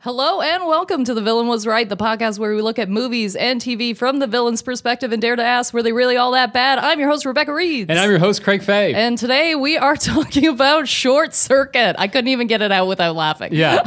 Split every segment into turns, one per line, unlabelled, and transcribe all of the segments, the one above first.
Hello and welcome to The Villain Was Right, the podcast where we look at movies and TV from the villain's perspective and dare to ask, were they really all that bad? I'm your host, Rebecca Reed.
And I'm your host, Craig Faye.
And today we are talking about Short Circuit. I couldn't even get it out without laughing.
yeah,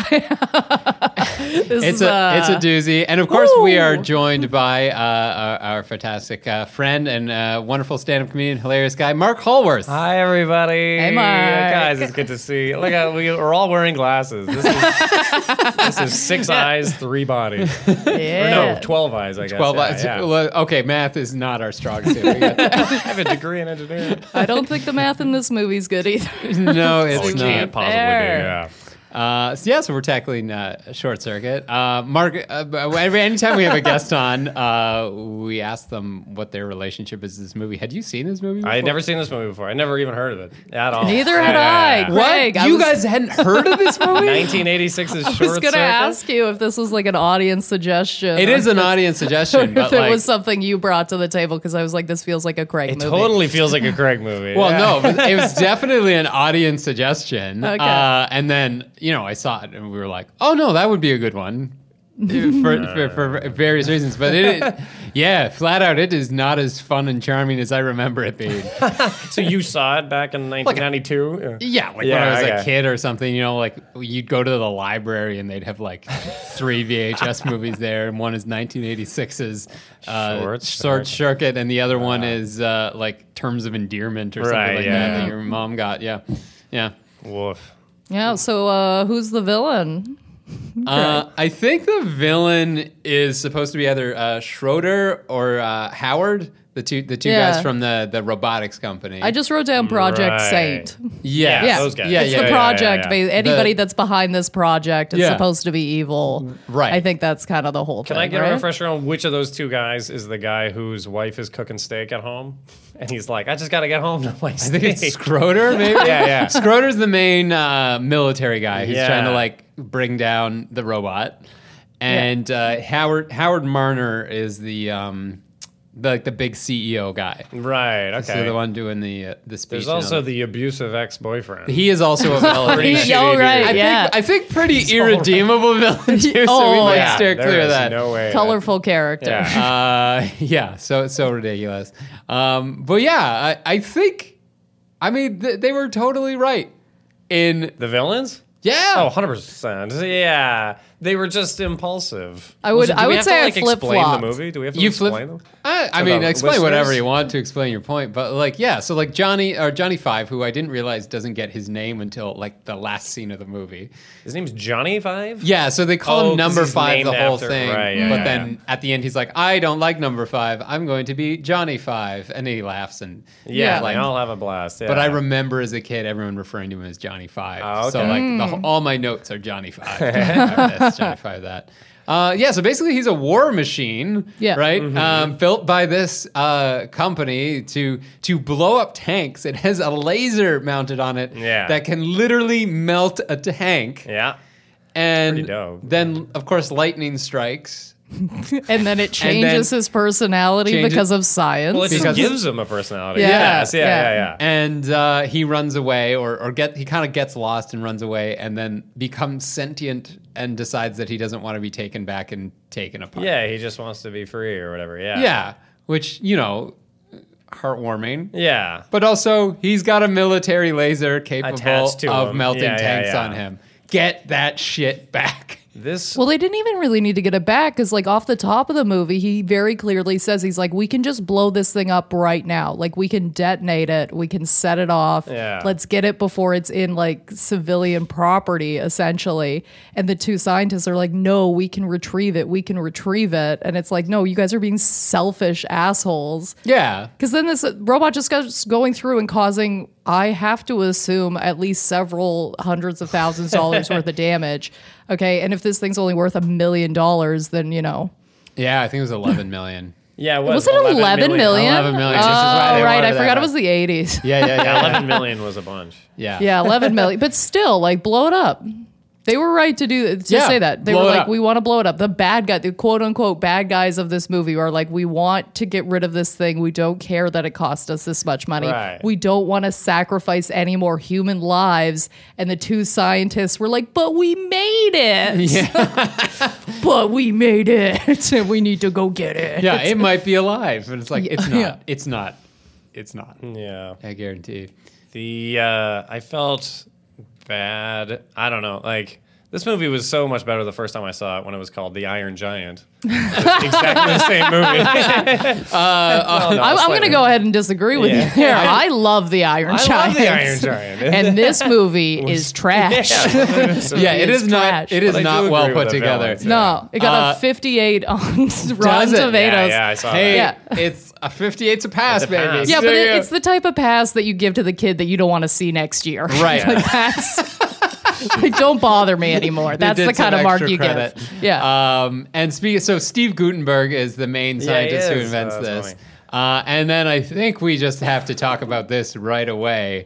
This
it's
is,
a
uh,
it's a doozy, and of course we are
Woo!
joined by uh, our, our fantastic uh, friend and uh, wonderful stand-up comedian, hilarious guy, Mark Holworth.
Hi everybody. Hey
Mark.
Guys, it's good to see. you. Look at we, we're all wearing glasses. This is, this is six eyes, three bodies. Or
yeah.
no, twelve eyes, I guess.
Well,
Yeah,
but-
yeah.
well, okay, math is not our strong suit. We got-
I have a degree in engineering.
I don't think the math in this movie's good either.
no, it's
can't
not.
possibly do,
Uh, so yeah, so we're tackling uh, short circuit. Uh, Mark, uh, b- every anytime we have a guest on, uh, we ask them what their relationship is to this movie. Had you seen this movie? Before?
I had never seen this movie before. I never even heard of it at all.
Neither had I.
Yeah.
What?
Craig, I
you
was-
guys hadn't heard of this movie?
1986 is short.
I was going
Circuit?
to ask you if this was like an audience suggestion.
It is an audience suggestion,
If
but
it
like,
was something you brought to the table because I was like, this feels like a Craig
It
movie.
totally feels like a Craig movie.
well,
Yeah.
no, it was- it was definitely an audience suggestion.
Okay.
Uh, and then you know, I saw it, and we were like, oh no, that would be a good one. for, for, for various reasons, but it, yeah, flat out, it is not as fun and charming as I remember it being.
So you saw it back in 1992? Yeah.
Yeah, like when
Yeah,
I was
okay.
a kid or something, you know, like you'd go to the library and they'd have like three VHS movies there, and one is 1986's uh, Short,
Short Circuit. Uh-huh.
Circuit, and the other one is uh, like Terms of Endearment or
Right,
something like
yeah.
that that your mom got. Yeah, yeah.
Woof.
Yeah, so uh, who's the villain?
Uh, I think the villain is supposed to be either uh, Schroeder or uh, Howard. The two, the two
Yeah.
guys from the, the robotics company.
I just wrote down Project
Right.
Saint.
yes.
Yeah,
those guys.
Yeah,
it's
yeah,
the
yeah,
project.
yeah, yeah.
ba- Anybody
The-
that's behind this project is
Yeah.
supposed to be evil.
Right.
I think that's kind of the whole
Can
thing.
I get
right?
a refresher on which of those two guys is the guy whose wife is cooking steak at home? And he's like, I just got to get home to my
I
steak.
think it's Schroeder, maybe.
Yeah, yeah.
Schroeder's the main uh, military guy who's
Yeah.
trying to like bring down the robot, and uh, Howard Howard Marner is the um, the, like the big CEO guy.
Right. Okay.
So the one doing the uh, the speech.
There's
and
also
all that.
the abusive ex-boyfriend.
he is also a villain.
shitty
Yeah, all
dude.
right,
I
yeah.
think I think pretty irredeemable villain too. So we
Oh,
might
yeah,
steer
there
clear of
is
that.
No way.
Colorful character.
Yeah.
uh, yeah, so it's so ridiculous. Um, but yeah, I, I think, I mean, th- they were totally right. In
the villains?
yeah,
Oh, 100 percent. Yeah, they were just impulsive.
I would-
Do
I
we
would
have to,
say I
like, explain
flip-flopped.
the movie. Do we have to
you
explain
flip.
them?
I, I
To
mean,
the
explain whatever
listeners?
you want to explain your point, but like, yeah, so like Johnny or Johnny Five, who I didn't realize doesn't get his name until like the last scene of the movie.
His name's Johnny Five.
Yeah, so they call
Oh, 'cause
him number
he's
five the
named
whole
after-
thing.
right, yeah,
but
yeah,
then at the end, he's like, I don't like number five. I'm going to be Johnny Five. And he laughs and
Yeah,
like,
like, I'll have a blast. Yeah.
But I remember as a kid, everyone referring to him as Johnny Five.
Oh, okay.
So like the, wh- all my notes are Johnny Five, Johnny Five this, Johnny Five that. Uh, yeah, so basically he's a war machine,
Yeah.
right?
Mm-hmm.
Um, built by this uh, company to to blow up tanks. It has a laser mounted on it
Yeah.
that can literally melt a tank,
Yeah.
and
Pretty dope.
then of course lightning strikes.
And then it
And then-
changes his personality
Changes-
because of science.
Well, it just
Because-
gives him a personality.
Yeah,
Yes. Yeah.
yeah.
Yeah. Yeah.
And uh, he runs away, or, or get he kind of gets lost and runs away, and then becomes sentient and decides that he doesn't want to be taken back and taken apart.
Yeah, he just wants to be free or whatever. Yeah.
yeah, which you know, heartwarming.
Yeah.
But also, he's got a military laser capable
Attached to
of
him.
melting
Yeah, yeah,
tanks
yeah.
on him. Get that shit back.
This
Well, they didn't even really need to get it back because, like, off the top of the movie, he very clearly says he's like, "We can just blow this thing up right now. Like, we can detonate it. We can set it off.
Yeah.
Let's get it before it's in like civilian property, essentially." And the two scientists are like, "No, we can retrieve it. We can retrieve it." And it's like, "No, you guys are being selfish assholes."
Yeah.
Because then this robot just goes going through and causing, I have to assume, at least several hundreds of thousands of dollars worth of damage. Okay. And if this thing's only worth a million dollars, then, you know.
Yeah, I think it was 11 million.
yeah, it was,
Was it 11 million?
million?
11 million, which is why
Oh,
they
right.
wanted
I
that
forgot it
much.
was the 80s.
Yeah, yeah,
Yeah,
yeah.
eleven million was a bunch.
Yeah.
Yeah. 11 million. But still, like, blow it up. They were right to do to
Yeah,
say that. They
blow
were
it
like,
up.
we want to blow it up. The bad guy, the quote unquote bad guys of this movie are like, we want to get rid of this thing. We don't care that it cost us this much money.
Right.
We don't want to sacrifice any more human lives. And the two scientists were like, but we made it. but we made it. And we need to go get it.
Yeah, it might be alive. But it's like, it's not.
Yeah.
It's not. It's not.
Yeah.
I guarantee.
The uh, I felt bad. I don't know. Like this movie was so much better the first time I saw it when it was called The Iron Giant. It was exactly the same movie. Well,
I, Uh,
no,
I'm going
slightly.
to go ahead and disagree with
Yeah.
you there. I love the Iron
I love
Giant.
The Iron Giant.
and this movie is trash.
Yeah, it
is
is
trash.
not. It is
But I do
not well
agree with
put
the
together.
balance.
No, it got
Uh,
a 58 on Rotten
Does
Tomatoes.
it?
Yeah, yeah, I saw
Hey,
that.
Yeah.
it's a 58's a pass,
It's a
baby.
pass.
Yeah, but
There
it,
you
it's the type of pass that you give to the kid that you don't want to see next year.
Right.
like that's like, don't bother me anymore.
They
That's
did
the kind
some
of mark
extra
you
credit.
give. Yeah.
Um, and speak, so Steve Gutenberg is the main
Yeah, he
scientist who
is.
invents
Oh, that's
this. Uh, and then I think we just have to talk about this right away.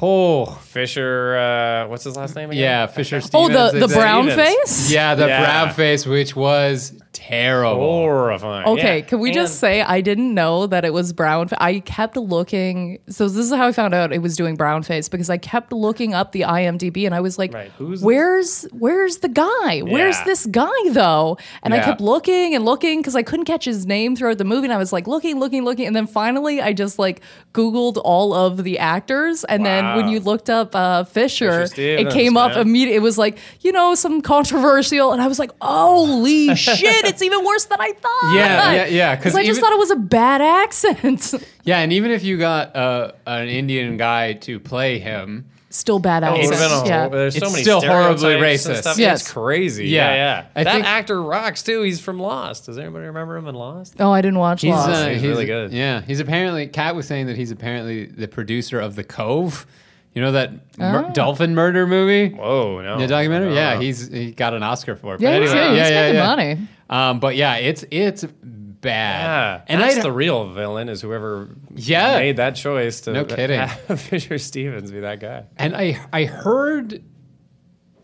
Oh,
Fisher. Uh, what's his last name? Again?
yeah, Fisher
oh,
Stevens.
the, the
is it?
brown
Stevens.
face?
Yeah, the
Yeah.
brown face, which was terrible.
horrifying.
Okay,
Yeah.
can we
And-
just say I didn't know that it was brown? fa- I kept looking. So this is how I found out it was doing brown face because I kept looking up the IMDb and I was like,
Right, who's this?
"Where's where's the guy? Where's
Yeah.
this guy though?" And I
Yeah.
kept looking and looking because I couldn't catch his name throughout the movie. And I was like looking, looking, looking, and then finally I just like Googled all of the actors. And then when
Wow.
you looked up uh, Fisher,
Fisher Stevens,
it came up
man.
immediately. It was like you know some controversial, and I was like, "Holy shit! It's even worse than I thought."
Yeah, yeah, yeah, 'cause
Because I just
even-
thought it was a bad accent.
Yeah, and even if you got uh, an Indian guy to play him,
Still bad
It
accent.
would've been a whole-
yeah.
There's so
It's
many
still horribly
stereotypes and
racist.
Stuff.
Yes.
It's crazy.
Yeah.
Yeah, yeah.
I
that
think-
actor rocks too. He's from Lost. Does anybody remember him in Lost?
Oh, I didn't watch Lost.
uh, He's really good.
Yeah, he's apparently. Kat was saying that he's apparently the producer of The Cove. You know that mur-
Oh.
dolphin murder movie?
Oh no.
The documentary?
No.
Yeah, he's he got an Oscar for it. But
yeah,
anyway,
yeah, he's
yeah,
making
yeah.
money.
Um, but yeah, it's it's bad.
Yeah.
and
And that's
I
the real villain is whoever
Yeah.
made that choice to
No kidding.
have Fisher Stevens be that guy.
and I I heard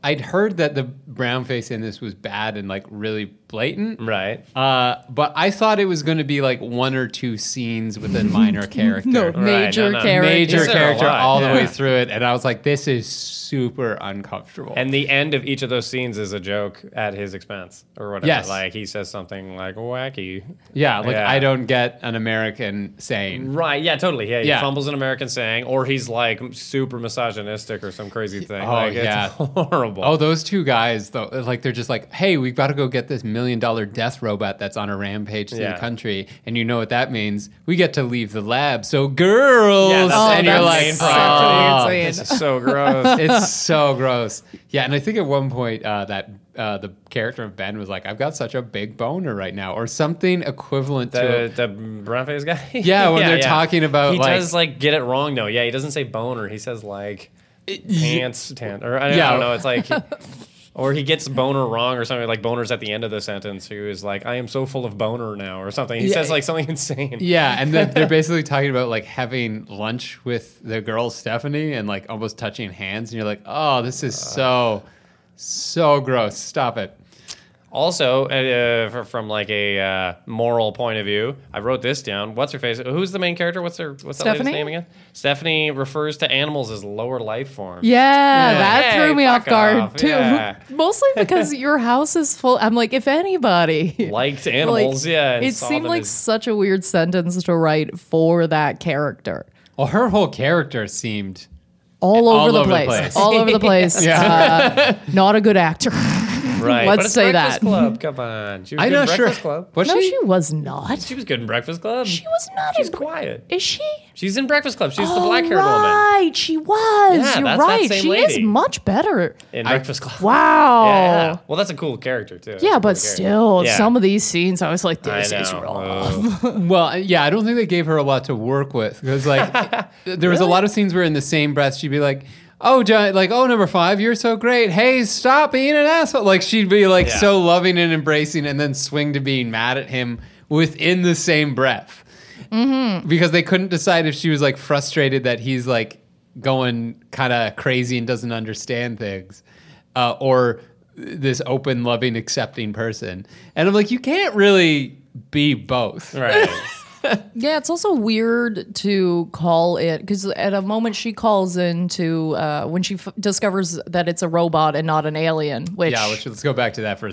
I'd heard that the brown face in this was bad and like really blatant.
Right.
Uh, but I thought it was going to be like one or two scenes with a minor character.
No, major
no, no.
character.
Major
He's in a
character
lot,
all the
yeah.
way through it, and I was like, "This is super uncomfortable."
And the end of each of those scenes is a joke at his expense or whatever.
Yes.
Like he says something like wacky.
yeah, like
Yeah.
I don't get an American saying.
Right. Yeah, totally. Yeah. He
Yeah.
fumbles an American saying, or he's like super misogynistic or some crazy thing.
Oh,
like,
yeah.
It's horrible.
Oh, those two guys though, like they're just like, "Hey, we've got to go get this million dollar death robot that's on a rampage through
Yeah.
the country," and you know what that means? We get to leave the lab. So girls,
Yeah, that's
and
the
you're
main
like,
problem.
"Oh,
so
This
insane.
is so gross.
it's so gross. Yeah, and I think at one point uh, that uh, the character of Ben was like, "I've got such a big boner right now," or something equivalent to.
the,
it.
the brown face guy.
Yeah, when they're talking about,
he
like-
does like get it wrong though. Yeah, he doesn't say boner. He says like pants tent or I don't, I
Yeah.
don't know. It's like. Or he gets boner wrong or something like boner's at the end of the sentence. He was like, I am so full of boner now or something. He
Yeah.
says like something insane.
Yeah, and then they're basically talking about like having lunch with the girl Stephanie and like almost touching hands, and you're like, "Oh, this is so, so gross. Stop it."
Also, uh, for, from like a uh, moral point of view, I wrote this down. What's her face? Who's the main character? What's her? What's that lady's
Stephanie?
name again? Stephanie refers to animals as lower life forms.
Yeah, that
Hey,
threw me
fuck
off guard
off,
too.
yeah.
Mostly because your house is full. I'm like, if anybody
Liked animals. yeah. and
it
saw
seemed
them
like
as-
such a weird sentence to write for that character.
Well, her whole character seemed.
All over,
All
the,
over the
place.
place.
All over the place.
Yeah.
Uh, not a good actor.
right.
Let's
but it's
say
Breakfast
that.
Club. Come on. She was
I'm
good in
not sure.
Breakfast Club.
Was
no,
she?
she was not.
She was good in Breakfast Club.
She was not.
She's
in,
quiet.
is she?
She's in Breakfast Club. She's the black-haired woman
right, she was.
Yeah,
You're
that's that
right.
same
She is
lady.
much better.
in Breakfast Club.
Wow.
Yeah. Well, that's a cool character too. That's a
Yeah,
cool
but
character.
still,
Yeah.
some of these scenes, I was like,
I
this is
know. Uh,
wrong.
Ugh.
Well, yeah, I don't think they gave her a lot to work with because, like, there was a lot of scenes where in the same breath she'd be like, "Oh, John, like, oh, number five, you're so great. Hey, stop being an asshole." Like, she'd be like
Yeah.
so loving and embracing, and then swing to being mad at him within the same breath because they couldn't decide if she was like frustrated that he's like going kind of crazy and doesn't understand things, uh, or this open, loving, accepting person. And I'm like, you can't really be both.
Right.
Yeah, it's also weird to call it because at a moment she calls in to uh, when she f- discovers that it's a robot and not an alien. Which,
Yeah, which, let's go back to that for a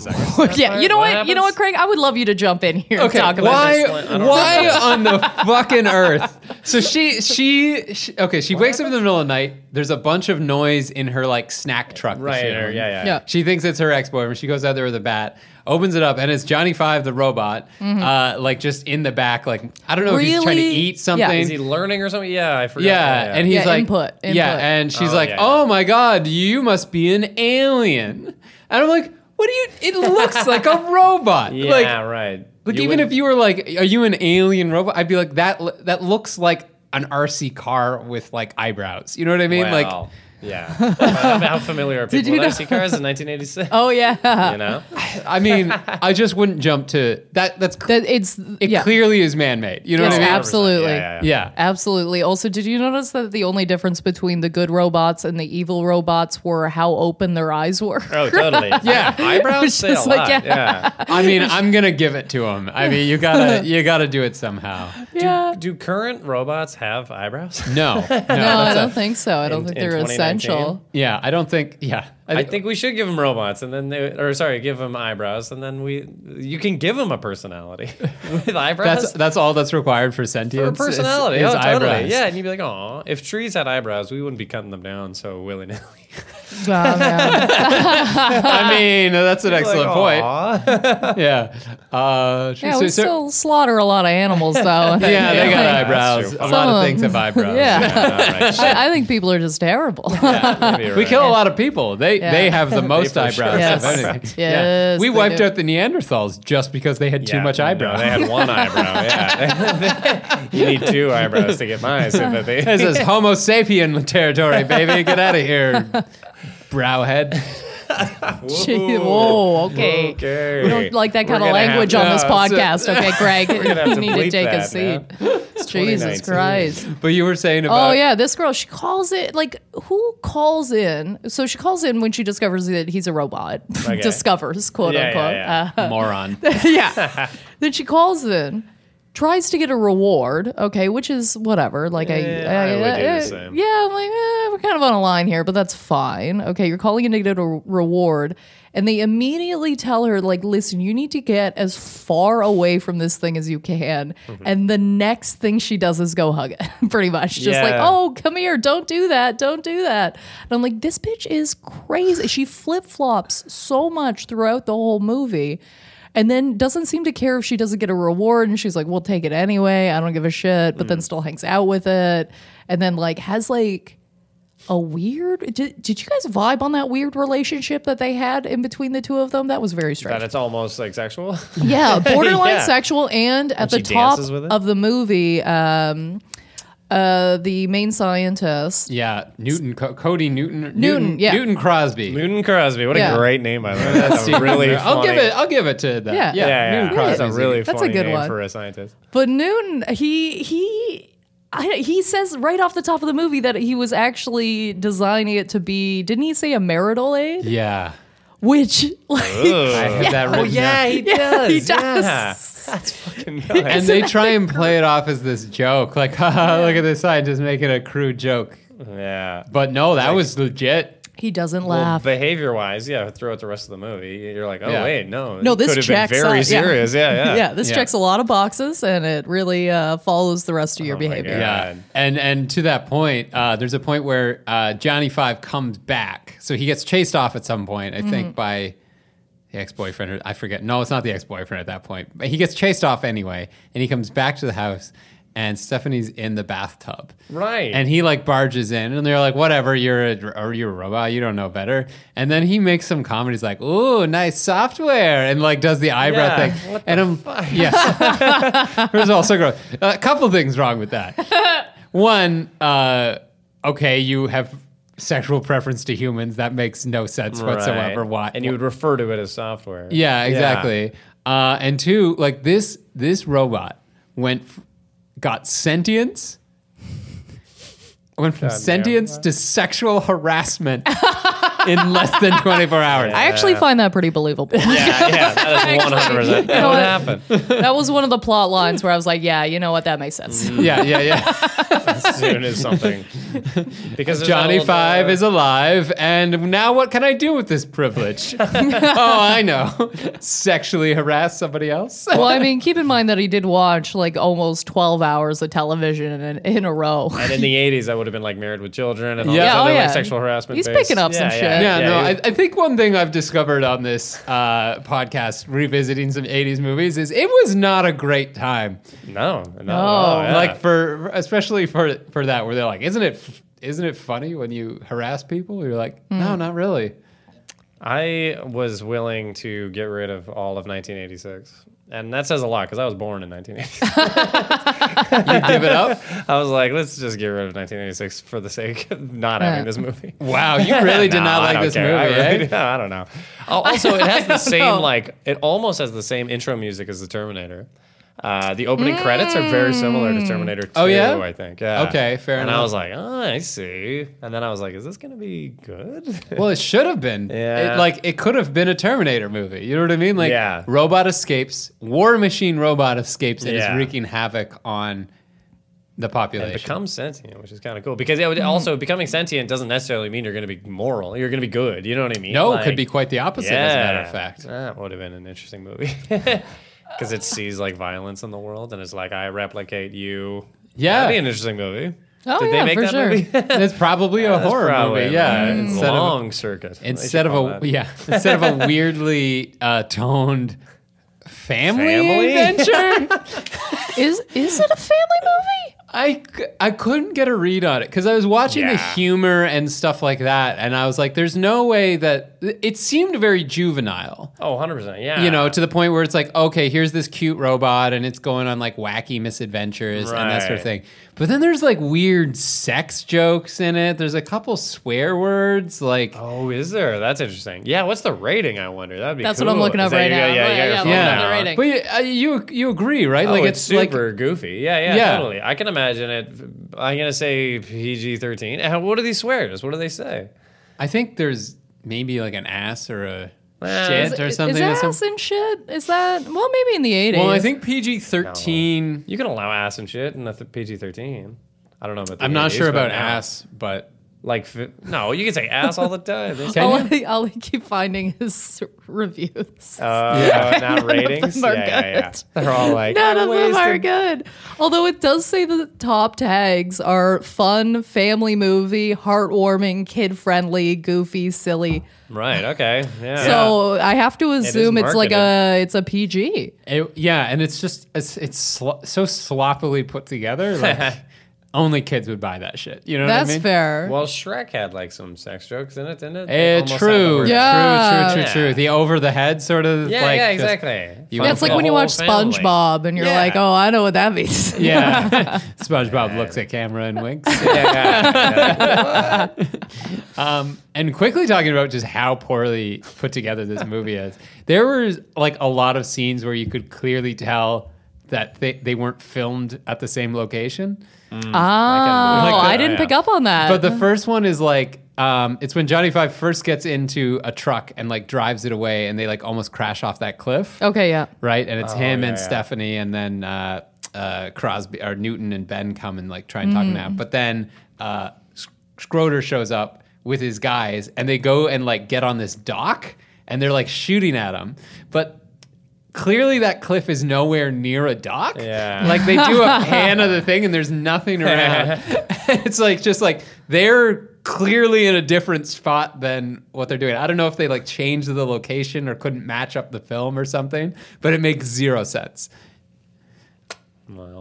second.
yeah, you know
What
what, you know
happens?
what, Craig, I would love you to jump in here and talk about
why,
this.
why on the fucking earth? So she, she, she okay, she wakes up in the middle of the night. There's a bunch of noise in her like snack truck. that
Right.
she
Or,
owns.
yeah, yeah.
Yeah.
She thinks it's her ex boyfriend. She goes out there with a bat, opens it up, and it's Johnny Five, the robot, uh, like just in the back. Like I don't know if he's trying to
Mm-hmm. Really?
eat
Yeah.
something.
Is he learning or something? Yeah, I forgot.
Yeah, and he's
Yeah,
like,
input,
yeah,
input.
and she's
Oh,
like,
yeah, yeah.
oh my god, you must be an alien, and I'm like, what do you? It looks like a robot.
yeah,
like,
right.
like even if you were like, are you an alien robot? I'd be like, that l- that looks like an RC car with like eyebrows. You know what I mean?
wow. yeah. Well, how familiar are people
you
with
know-
RC cars in 1986?
Oh yeah,
You know,
Like, I mean, I just wouldn't jump to that. That's cl-
That it's
it.
yeah,
Clearly is man made. You know
Yes,
what I mean?
ab- Absolutely.
Yeah, yeah, yeah.
yeah.
absolutely. Also, did you notice that the only difference between the good robots and the evil robots were how open their eyes were?
Oh, totally.
Yeah.
eyebrows say a
Just like,
lot.
yeah.
yeah.
I mean, I'm gonna give it to him. I mean, you gotta you gotta do it somehow.
yeah.
Do current robots have eyebrows?
No, no,
No, I
that's
don't
a,
think so. I don't
in-
think
in
they're
2019?
essential.
yeah. I don't think. Yeah,
I think we should give them robots, and then they, or sorry, give them eyebrows, and then we, you can give them a personality with eyebrows.
that's that's all that's required for
or
sentience. is-
personality.
is
oh, totally.
eyebrows.
Yeah, and you'd be like, oh, if trees had eyebrows, we wouldn't be cutting them down so willy nilly.
Wow, man.
I mean, that's an excellent point.
point.
Yeah. Uh,
Yeah,
so-
we
so-
still slaughter a lot of animals, though.
Yeah, they got
Yeah,
eyebrows.
that's
A
true.
lot
Some
of
of
things have eyebrows.
Yeah. I, I think people are just terrible.
We kill a lot of people. They
Yeah.
they have the most
for
eyebrows
sure
of
have
anything.
eyebrows. Yes,
We
they
wiped
do.
out the Neanderthals just because they had too much eyebrow.
they had one eyebrow. Yeah, you need two eyebrows to get my sympathy.
this is Homo sapien territory, baby. Get out of here, browhead.
Gee, Whoa, okay.
Okay.
We don't like that
We're
kind of
gonna have
language
to- uh,
on this
No,
podcast. okay, Greg,
gonna have
you
to
need to
bleep
take a
that,
seat.
man.
Jesus
2019.
Christ.
But you were saying about
Oh, yeah, this girl, she calls it like who calls in? So she calls in when she discovers that he's a robot.
Okay.
discovers, quote
Yeah, yeah,
unquote.
yeah.
Uh,
moron.
yeah. then she calls in, tries to get a reward, okay, which is whatever. Like I,
Yeah, I would do the
eh,
same.
Yeah, I'm like eh, we're kind of on a line here, but that's fine. Okay, you're calling in to get a reward, and they immediately tell her like, listen, you need to get as far away from this thing as you can.
Mm-hmm.
And the next thing she does is go hug it, pretty much, just like,
Yeah.
oh, come here, don't do that, don't do that. And I'm like, this bitch is crazy. She flip flops so much throughout the whole movie and then doesn't seem to care if she doesn't get a reward and she's like we'll take it anyway i don't give a shit but then
Mm.
still hangs out with it and then like has like a weird did, did you guys vibe on that weird relationship that they had in between the two of them that was very strange
That it's almost like sexual.
yeah borderline
Yeah.
sexual and at the
she
top
dances with it?
of the movie um uh the main scientist
Yeah, Newton, Co- Cody Newton,
Newton, yeah.
Newton Crosby.
Newton Crosby. What
Yeah.
a great name, by the way. That's a really.
I'll give
funny-
it. I'll give it to that.
Yeah.
yeah,
Yeah, yeah,
Newton
That's
Crosby.
a really
That's a
funny
good
name
one.
for a scientist.
But Newton, he he I, he says right off the top of the movie that he was actually designing it to be. Didn't he say a marital aid?
Yeah,
Which
Oh,
like,
I
Ugh.
had that written down.
he
Yeah, he does.
That's fucking nice.
and they try and play it off as this joke, like, haha, look at this scientist making a crude joke.
yeah.
But no, that was legit.
he doesn't
Well,
laugh.
behavior wise, yeah, throughout the rest of the movie, you're like, oh,
Yeah.
wait, no.
No,
it
this
could have
checks
been very
out, yeah.
serious. Yeah, yeah.
yeah. this
Yeah.
checks a lot of boxes, and it really uh, follows the rest of your
Oh my
behavior.
God.
Yeah,
God.
and and to that point, uh, there's a point where uh, Johnny Five comes back, so he gets chased off at some point, I think, by the ex-boyfriend or i forget no it's not the ex-boyfriend at that point but he gets chased off anyway and he comes back to the house and stephanie's in the bathtub
Right.
and he like barges in and they're like whatever you're a, or you're a robot you don't know better and then he makes some comment he's like ooh nice software and like does the eyebrow
Yeah,
thing
what
and i'm yeah there's also gross. a couple things wrong with that one, uh, okay, you have sexual preference to humans. That makes no sense whatsoever.
Right.
Why?
And you would refer to it as software.
yeah, exactly. Uh, and two, like this, this robot went, f- got sentience. Went from
Goddamn.
sentience to sexual harassment in less than 24 hours.
I actually find that pretty believable.
Yeah, yeah, that is one hundred percent. That would
what?
happen.
that was one of the plot lines where I was like, yeah, you know what? That makes sense.
Yeah, yeah, yeah.
As soon as something. Because there's that
Johnny
old,
Five
uh,
is alive, and now what can I do with this privilege? oh, I know. Sexually harass somebody else.
Well, I mean, keep in mind that he did watch like almost 12 hours of television in, in a row.
And in the '80s, I would have been like Married with Children and all
Yeah.
yeah,
Yeah,
oh,
other
yeah.
like sexual harassment.
He's
based-
picking up some shit.
Yeah, no,
he-
I, I think one thing I've discovered on this uh, podcast, revisiting some 80s movies, is it was not a great time. Um,
no, no,
No.
Like for especially for for that where they're like, isn't it f- isn't it funny when you harass people? You're like,
Hmm.
no, not really.
I was willing to get rid of all of 1986, and that says a lot because I was born in 1986.
You give it up.
I was like, let's just get rid of 1986 for the sake of not
Yeah.
having this movie.
Wow, you really did
No,
not
I
like
don't
this
care.
movie,
I, really-
eh?
no, I don't know. Oh, Also, it has the same
know.
like it almost has the same intro music as the Terminator. Uh, the opening credits are very similar to Terminator 2,
Oh, yeah?
I think. Yeah.
Okay, fair
and I
enough.
was like, oh, I see. And then I was like, is this going to be good?
Well, it should have been.
Yeah.
It, like it could have been a Terminator movie. You know what I mean? Like
Yeah.
robot escapes, war machine robot escapes, and
Yeah.
is wreaking havoc on the population.
Become sentient, which is kind of cool because it would
Mm-hmm.
also becoming sentient doesn't necessarily mean you're going to be moral. You're going to be good. You know what I mean?
no, it
Like-
could be quite the opposite, as a matter of fact.
That would have been an interesting movie. Because it sees like violence in the world and it's like, I replicate you.
Yeah.
That'd be an interesting movie.
Oh,
Did
yeah,
they make
for
that
sure.
movie? That's
It's probably a horror
probably
movie,
a
yeah. Mm.
movie.
Instead of
long circuit. They
instead
should
of
call
a
that.
yeah instead of a weirdly uh, toned family,
Family?
adventure.
Is is it a family movie?
I c- I couldn't get a read on it because I was watching the
Yeah.
humor and stuff like that, and I was like, "There's no way that it seemed very juvenile."
Oh, 100%. Yeah.
You know, to the point where it's like, okay, here's this cute robot and it's going on like wacky misadventures and that sort of
Right.
thing. But then there's like weird sex jokes in it. There's a couple swear words like
Oh, is there? That's interesting. Yeah, what's the rating? I wonder. That'd be
That's
cool.
what I'm looking
Is
up
that
right
you
now.
got- Yeah, you got your
Yeah,
phone
yeah,
out.
the rating.
But you- uh, you you agree, right?
Oh,
like
it's, super goofy. Yeah, yeah,
Yeah.
totally. I can imagine it. I'm gonna say PG thirteen. And What are these swears? What do they say?
I think there's maybe like an ass or a
Well,
shit
is-
or
Is
something.
that
that's-
ass and shit? Is that well maybe in the 80s?
well, I think PG thirteen.
You can allow ass and shit in a th- PG thirteen. I don't know about. The
I'm not
80s,
sure
but
about
now-
ass, but
Like fi- no, you can say ass all the time. There's-
Can
I'll,
you?
I'll keep finding his reviews.
Uh, not ratings.
them are
Yeah, yeah, yeah.
good.
They're all like
None of them are
wasted-
good. Although it does say the top tags are fun, family movie, heartwarming, kid friendly, goofy, silly.
Right. Okay. Yeah.
So I have to
is
assume it's like a it's a PG.
it, yeah, and it's just it's it's sl- so sloppily put together. Like only kids would buy that shit. You know
That's
what I mean?
fair.
well, Shrek had like some sex jokes in it, didn't it? They
Eh,
almost had the
true,
word-
Yeah.
true, true, true, true. The over the head sort of
Yeah.
like
yeah.
just-
Exactly.
you
Fun
want
That's like
for
when
the
you
whole
watch
family.
SpongeBob and you're
Yeah.
like, oh, I know what that means.
Mm. Yeah. SpongeBob looks at camera and winks. um, and quickly talking about just how poorly put together this movie is. There were like a lot of scenes where you could clearly tell that they, they weren't filmed at the same location.
Oh,
Like the-
I didn't
uh, yeah.
pick up on that.
But the first one is like, um, it's when Johnny Five first gets into a truck and like drives it away and they like almost crash off that cliff.
okay, yeah.
right? And it's him
Oh, yeah,
and
yeah.
Stephanie, and then uh, uh, Crosby or Newton and Ben come and like try and talk him out. But then uh, Sc- Schroeder shows up with his guys, and they go and like get on this dock, and they're like shooting at him, but. Clearly, that cliff is nowhere near a dock.
Yeah.
Like they do a pan of the thing, and there's nothing around. it's like just like they're clearly in a different spot than what they're doing. I don't know if they like changed the location or couldn't match up the film or something, but it makes zero sense.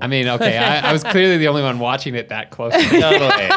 I mean, okay, I, I was clearly the only one watching it that closely.
Totally.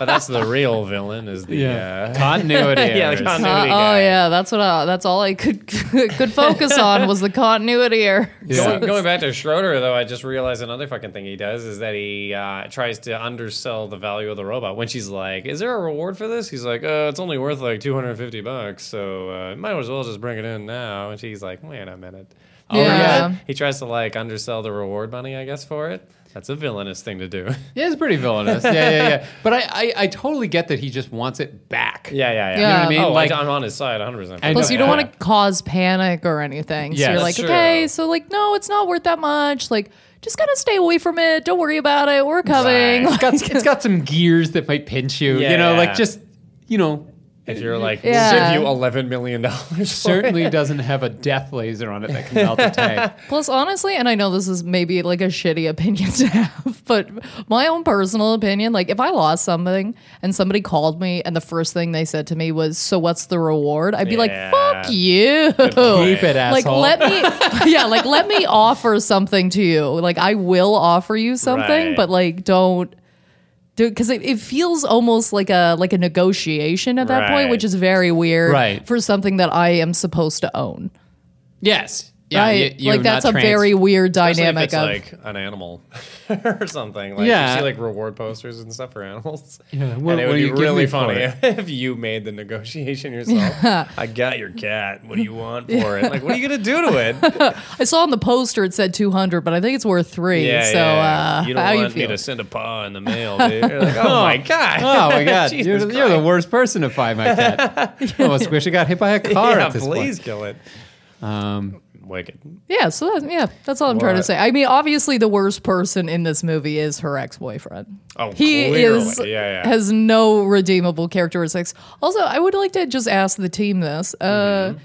but that's the real villain is the uh,
Continuity.
yeah, the
errors.
continuity
oh
guy.
yeah, that's what. I, that's all I could could focus on was the continuity error.
Going, going back to Schroeder, though, I just realized another fucking thing he does is that he uh, tries to undersell the value of the robot. When she's like, "Is there a reward for this?" He's like, uh, "It's only worth like two hundred fifty bucks, so uh, might as well just bring it in now." And she's like, "Wait a minute." Oh,
Yeah.
really? He tries to like undersell the reward money, I guess, for it. That's a villainous thing to do.
Yeah, it's pretty villainous. Yeah, yeah, yeah. But I, I, I totally get that he just wants it back.
yeah, yeah, yeah.
You know what I
I
mean?
Oh,
Like-
I, am on his side, 100.
I
percent
Plus,
know
you don't
that.
want to cause panic or anything. So
Yes.
you're
That's
like,
true.
okay, so like, no, it's not worth that much. Like, just gotta stay away from it. Don't worry about it. We're coming.
It's got, it's got some gears that might pinch you. You know,
Yeah.
like just, you know,
If you're like,
Yeah.
we'll give you 11 million dollars.
certainly doesn't have a death laser on it that can melt a tank.
Plus, honestly, and I know this is maybe like a shitty opinion to have, but my own personal opinion, like if I lost something and somebody called me and the first thing they said to me was, "So what's the reward?" I'd be
Yeah.
like, "Fuck you."
Keep it,
Like
asshole.
let me, yeah. Like let me offer something to you. Like I will offer you something,
Right.
but like don't do because it, it feels almost like a like a negotiation at that
Right.
point, which is very weird
Right.
for something that I am supposed to own.
yes. Yeah,
right?
you- you
like
have
that's
not
a
trans-
very weird
Especially if
dynamic
it's
of
like an animal or something. Like
Yeah.
you see like reward posters and stuff for animals.
Yeah, what-
and it
what
would
do
be
you give me
really
for
funny
it?
if you made the negotiation yourself. I got your cat. What do you want for it? Like, what are you gonna do to it?
I saw on the poster it said 200, but I think it's worth three. so Uh,
you don't
how
want
you feel?
me to send a paw in the mail, dude. You're like, oh my god.
Oh my god, you're,
Jesus
you're the
Christ.
worst person to find my cat. Oh, I almost wish I got hit by a car
Yeah,
at this
please kill it.
point. Um,
Wicked.
yeah, so that's, yeah, that's all I'm trying to
What?
say. I mean, obviously, the worst person in this movie is her ex boyfriend.
Oh,
he
clearly.
is
Yeah, yeah.
has no redeemable characteristics. Also, I would like to just ask the team this. Uh,
Mm-hmm.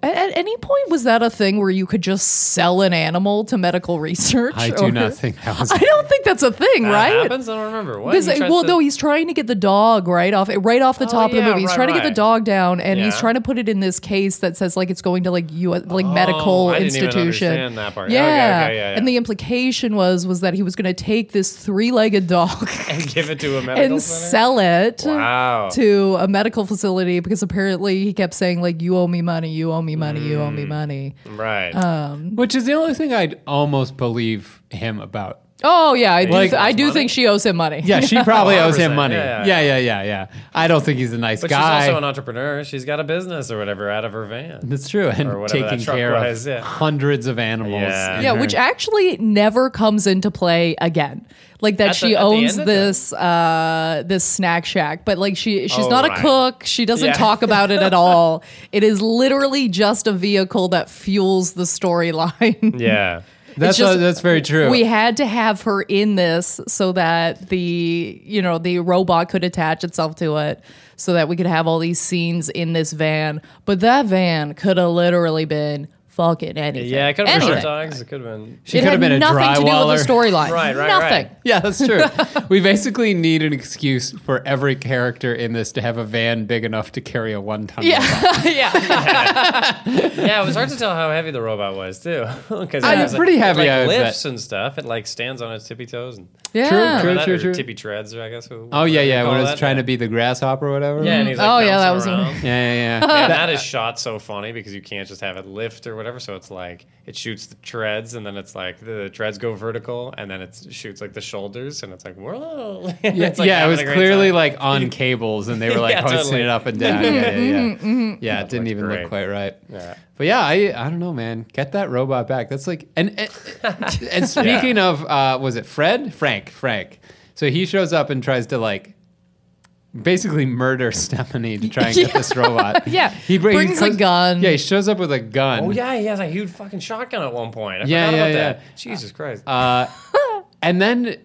At, at any point, was that a thing where you could just sell an animal to medical research?
I do
or-
not think that was.
I don't think that's a thing,
That
right?
happens. I don't remember. What?
Because
He tries
well,
to-
no, he's trying to get the dog right off, right off the top of
Oh, yeah,
the movie. He's
right,
trying to get
right.
the dog down, and he's
Yeah. Oh,
trying to put it in this case that says like it's going to like you like medical
I didn't even
institution.
understand that part. Okay,
Yeah.
okay, yeah, yeah.
and the implication was was that he was going to take this three legged dog
and give it to a medical
and
center?
sell it.
Wow.
To a medical facility because apparently he kept saying like you owe me money, you owe me money, you owe
Mm.
me money.
Right.
Which is the only thing I'd almost believe him about.
Oh yeah, I do,
Like-
I do think she owes him money.
Yeah, she probably owes him
100%.
money.
Yeah,
Yeah
yeah,
yeah. yeah, yeah, I don't think he's a nice
but
guy.
she's also an entrepreneur. She's got a business or whatever out of her van.
That's true.
Or
And
whatever that
taking
truck
care
was,
of
yeah.
hundreds of animals.
Yeah.
in
Yeah,
her-
which actually never comes into play again. Like that
At
she
the- at the
owns
end of
this uh this snack shack, but like she she's
Oh,
not
right.
a cook. She doesn't
Yeah.
talk about it at all. It is literally just a vehicle that fuels the storyline.
Yeah.
that's
just-
uh, that's very true.
We had to have her in this so that the you know the robot could attach itself to it, so that we could have all these scenes in this van. But that van could have literally been fucking anything.
Yeah, it could have been hot
Anything.
dogs. It could have been.
she
it
could
had
have been a
nothing to do
drywaller.
with the storyline.
Right, right,
nothing.
right.
Yeah, that's true. we basically need an excuse for every character in this to have a van big enough to carry a one-ton. robot.
Yeah, yeah.
Yeah, it was hard to tell how heavy the robot was too, because
Uh, pretty heavy, I
Like
would
lifts and stuff. It like stands on its tippy toes and
yeah.
True,
Or that,
true,
or
true.
tippy treads, or I guess. or
Oh yeah,
whatever you
yeah.
call
When it was
that.
trying to be the grasshopper or whatever.
Yeah, and he's like,
Oh, yeah, that
bouncing
was-
around.
Yeah, yeah, yeah.
And that is shot so funny because you can't just have it lift or whatever. So it's like it shoots the treads, and then it's like the treads go vertical, and then it shoots like the shoulders, and it's like whoa. And
Yeah,
it's, like,
yeah, it
having
was
a great
clearly
time.
like on cables, and they were like
Yeah,
hoisting
totally.
it
Mm-hmm,
up and down. Yeah, yeah, yeah. yeah it didn't
looked
even
great.
look quite right.
Yeah.
But yeah, I I don't know, man. Get that robot back. That's like and and, and speaking of uh, was it Fred? Frank. Frank. So he shows up and tries to like basically murder Stephanie to try and get this robot.
Yeah.
He bring-
Brings a
comes-
gun.
Yeah, he shows up with a gun.
Oh yeah, he has a huge fucking shotgun at one point. I
Yeah,
forgot
yeah,
about that.
yeah. Uh,
Jesus Christ.
And then,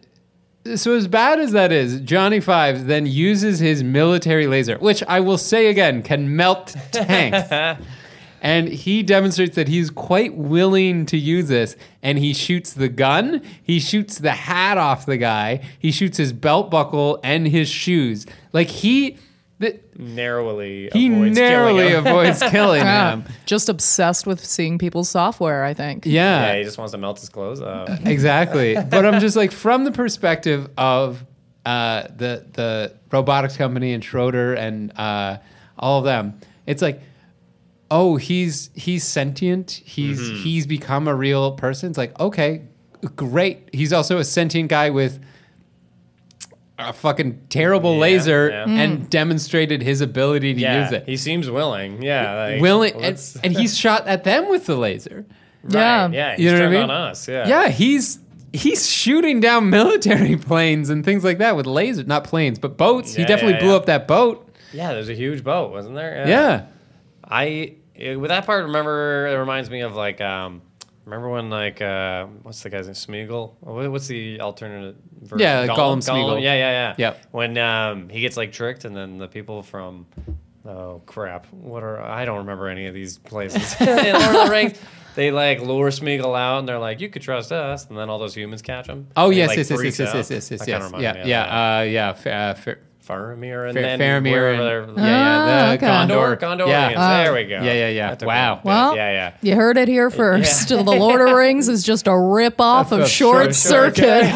so as bad as that is, Johnny Fives then uses his military laser, which I will say again can melt tanks. And he demonstrates that he's quite willing to use this. And he shoots the gun, he shoots the hat off the guy, he shoots his belt buckle and his shoes. Like he, th-
narrowly
he
avoids killing
narrowly
him.
avoids killing them.
Just obsessed with seeing people's software, I think.
yeah, he just wants to melt his clothes up.
exactly. But I'm just like from the perspective of uh, the the robotics company and Schroeder and uh, all of them. It's like, oh, he's he's sentient. He's
Mm-hmm.
he's become a real person. It's like okay, great. He's also a sentient guy with a fucking terrible laser
yeah.
and demonstrated his ability to
Yeah,
use it.
he seems willing. Yeah, like,
willing,
well,
and,
let's-
and he's shot at them with the laser.
Yeah.
right, yeah, he's
You know what I
turned
mean?
on us. Yeah,
Yeah, he's he's shooting down military planes and things like that with lasers, not planes, but boats. he
Yeah,
definitely
yeah,
blew
yeah.
up that boat.
yeah. There's a huge boat, wasn't there?
Yeah.
I it, with that part, remember it reminds me of like um, remember when like uh, what's the guy's name Smeagol? What- What's the alternate version?
Yeah, like Gollum Smeagol.
Yeah, yeah, yeah.
Yep.
When um, he gets like tricked, and then the people from oh crap, what are I don't remember any of these places. In Lord of the Rings, they like lure Smeagol out, and they're like, "You could trust us," and then all those humans catch him.
Oh
And he,
yes,
like,
yes, yes, yes,
freaks
yes,
out.
yes, yes, yes,
That kinda
yes.
reminded
Yeah,
me of that.
yeah, uh, yeah. Fa- uh, fa-
Faramir and
fa-
then
Faramir
wherever
and
they're-
yeah, yeah, the
okay.
Gondor,
Gondor,
Gondorians. Uh,
Yeah.
there we go.
Yeah, yeah, yeah.
That took
Wow.
a bit.
Well,
yeah, yeah.
You heard it here first. the Lord of the Rings is just a rip off of
Of
Short
Short
Circuit.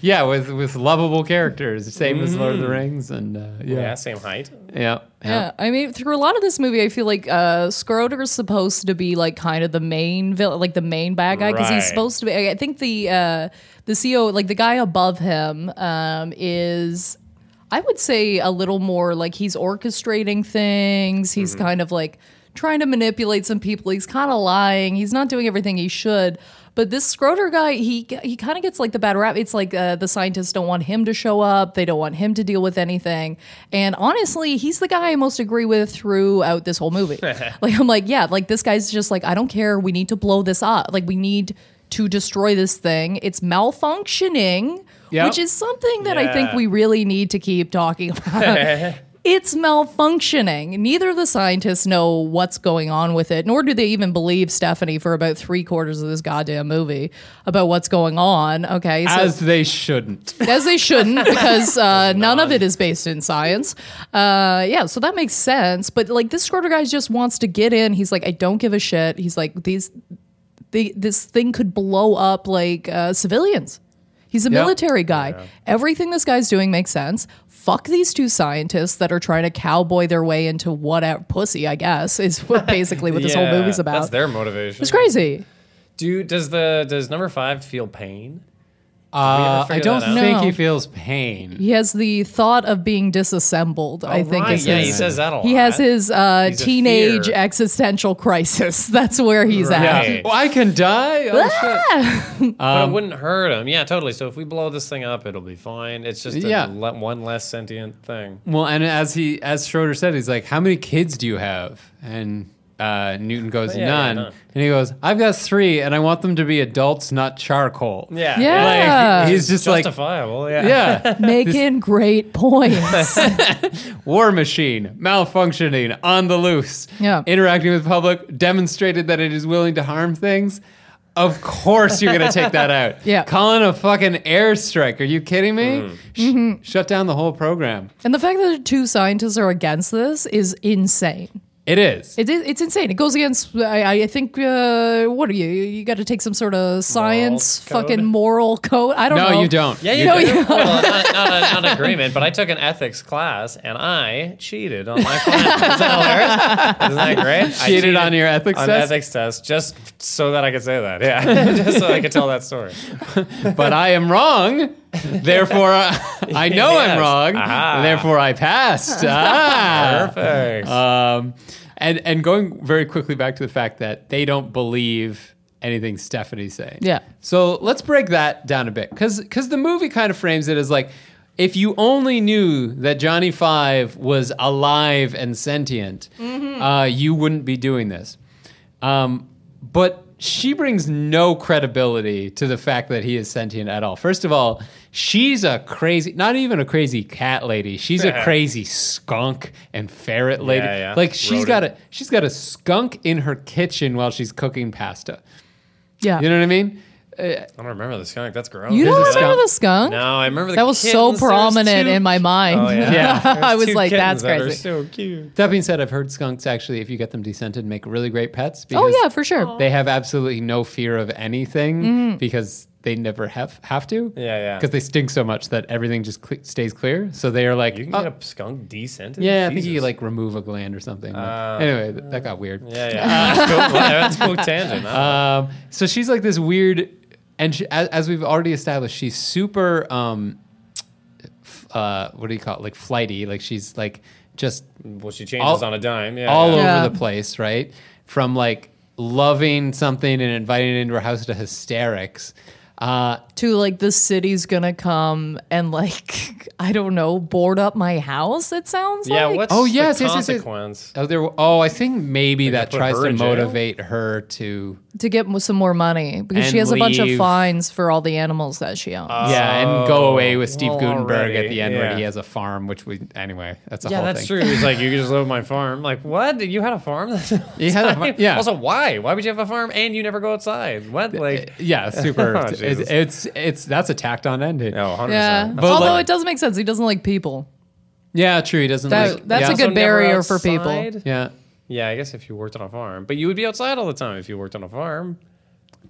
yeah, with with lovable characters, same as Lord of the Rings, and uh,
Mm. Yeah.
yeah,
same height.
yeah, yeah.
Yeah, I mean, through a lot of this movie, I feel like uh, Schroeder's supposed to be like kind of the main villain, like the main bad guy, because
Right.
he's supposed to be. I I think the uh, the CEO, like the guy above him, um, is I would say a little more like he's orchestrating things. He's kind of like trying to manipulate some people. He's kind of lying. He's not doing everything he should. But this Schroeder guy, he he kind of gets like the bad rap. It's like uh, the scientists don't want him to show up. They don't want him to deal with anything. And honestly, he's the guy I most agree with throughout this whole movie. like I'm like, yeah, like this guy's just like I don't care. We need to blow this up. Like we need to destroy this thing. It's malfunctioning,
Yep.
which is something that I think
Yeah.
we really need to keep talking about. it's malfunctioning. Neither of the scientists know what's going on with it, nor do they even believe Stephanie for about three quarters of this goddamn movie about what's going on. Okay. So
As they shouldn't.
as they shouldn't because uh, none of it is based in science. Uh, yeah, so that makes sense. But like this Schroeder guy just wants to get in. He's like, I don't give a shit. He's like, these, the this thing could blow up like uh, civilians. He's a
Yeah.
military guy. Everything this guy's doing makes sense. Fuck these two scientists that are trying to cowboy their way into whatever pussy, I guess, is what basically what this
Yeah,
whole movie's about.
That's their motivation.
it's crazy.
Do does the does number five feel pain?
Uh, I
figure
don't
that out?
think
No.
he feels pain.
He has the thought of being disassembled. I think
Oh, Right,
is
yeah,
his-
he says that a lot.
He has his uh,
He's a
teenage
fear.
existential crisis. That's where he's
Right.
at.
Yeah. Well, I can die. Oh, shit.
but
um,
it wouldn't hurt him. Yeah, totally. So if we blow this thing up, it'll be fine. It's just a
Yeah.
le- one less sentient thing.
Well, and as he as Schroeder said, he's like, "How many kids do you have?" And uh, Newton goes,
Oh, Yeah, yeah,
"None."
none.
And he goes, "I've got three, and I want them to be adults, not charcoal."
Yeah,
Yeah.
Like,
Yeah.
he's just like,
justifiable. yeah,
yeah,
Making great points.
war machine, malfunctioning, on the loose,
Yeah.
interacting with public, demonstrated that it is willing to harm things. Of course, you're gonna take that out.
Yeah.
calling a fucking airstrike. Are you kidding me? Sh-
Mm-hmm.
Shut down the whole program.
and the fact that the two scientists are against this is insane.
It is.
It, is- it's insane. It goes against, I, I think, uh, what are you? You got to take some sort of science
code?
fucking moral code. I don't
no,
know.
you don't.
Yeah, you
No,
know,
you-
well, not, not, a, not agreement, but I took an ethics class and I cheated on my class. Isn't that hilarious? Isn't that great? I
Cheated on your ethics
on
test?
ethics test just so that I could say that. Yeah, just so I could tell that story.
but I am wrong. Therefore, I, I know
Yes.
I'm wrong.
Aha.
Therefore, I passed.
Uh,
Ah.
Perfect.
Um, and and going very quickly back to the fact that they don't believe anything Stephanie's saying.
Yeah.
So let's break that down a bit, because because the movie kind of frames it as like. If you only knew that Johnny Five was
Mm-hmm.
alive and sentient, uh, you wouldn't be doing this. Um, but she brings no credibility to the fact that he is sentient at all. First of all, she's a crazy, not even a crazy cat lady. She's a crazy skunk and ferret lady.
yeah.
Like she's
Rodent.
got a she's got a skunk in her kitchen while she's cooking pasta.
Yeah.
You know what I mean?
I don't remember the skunk. That's gross.
You don't
There's a
remember the
No,
skunk?
I remember the
that was so
kittens. There was
prominent
two-
in my mind.
Oh, yeah.
Yeah.
I
There's
was
two
like, that's
kittens that are
crazy.
So cute.
That being said, I've heard skunks actually, if you get them descented, make really great pets.
oh,
because
yeah, for sure. Mm-hmm.
They have absolutely no fear of anything because they never have have to.
Yeah, yeah.
Because they stink so much that everything just cle stays clear. So they are like,
You can
"Oh,
get a skunk descent.
yeah, I think
Jesus. Oh,
you like remove a gland or something. But anyway, th- that got weird.
Yeah, yeah. That's cool. That's cool tangent. huh?
Um, so she's like this weird, and she, as, as we've already established, she's super. Um, f- uh, what do you call it? Like flighty. Like she's like just
well, she changes
all-
on a dime. Yeah.
all
yeah.
Yeah.
over the place, right? From like loving something and inviting it into her house to hysterics. Uh,
to like the city's gonna come and like I don't know board up my house. It sounds
yeah.
like.
What's
Oh,
the
yes, yes, yes, yes.
consequence?
oh, there. were- Oh, I think maybe that
put
tries
her
to
in jail?
motivate her to.
to get mo- some more money because she
And
has a bunch of
leave. Uh,
fines for all the animals that she owns.
yeah, and go away with Steve
Oh. well,
Gutenberg at
already,
the end where
yeah.
he has a farm, which we anyway. That's a
Yeah,
whole
that's
thing.
true. He's like, you can just live on my farm. Like, what? You had a farm?
He had a farm- yeah.
Also, why? Why would you have a farm and you never go outside? What? Like,
Yeah, super.
Oh,
it's,
Jesus.
it's it's that's a tacked on ending.
no, 100%.
yeah.
That's
But,
Although
like-
it does make sense. He doesn't like people.
Yeah, true. He doesn't
That-
like.
that's
yeah.
a good
also never
barrier for people.
outside?
Yeah,
Yeah, I guess if you worked on a farm, but you would be outside all the time if you worked on a farm.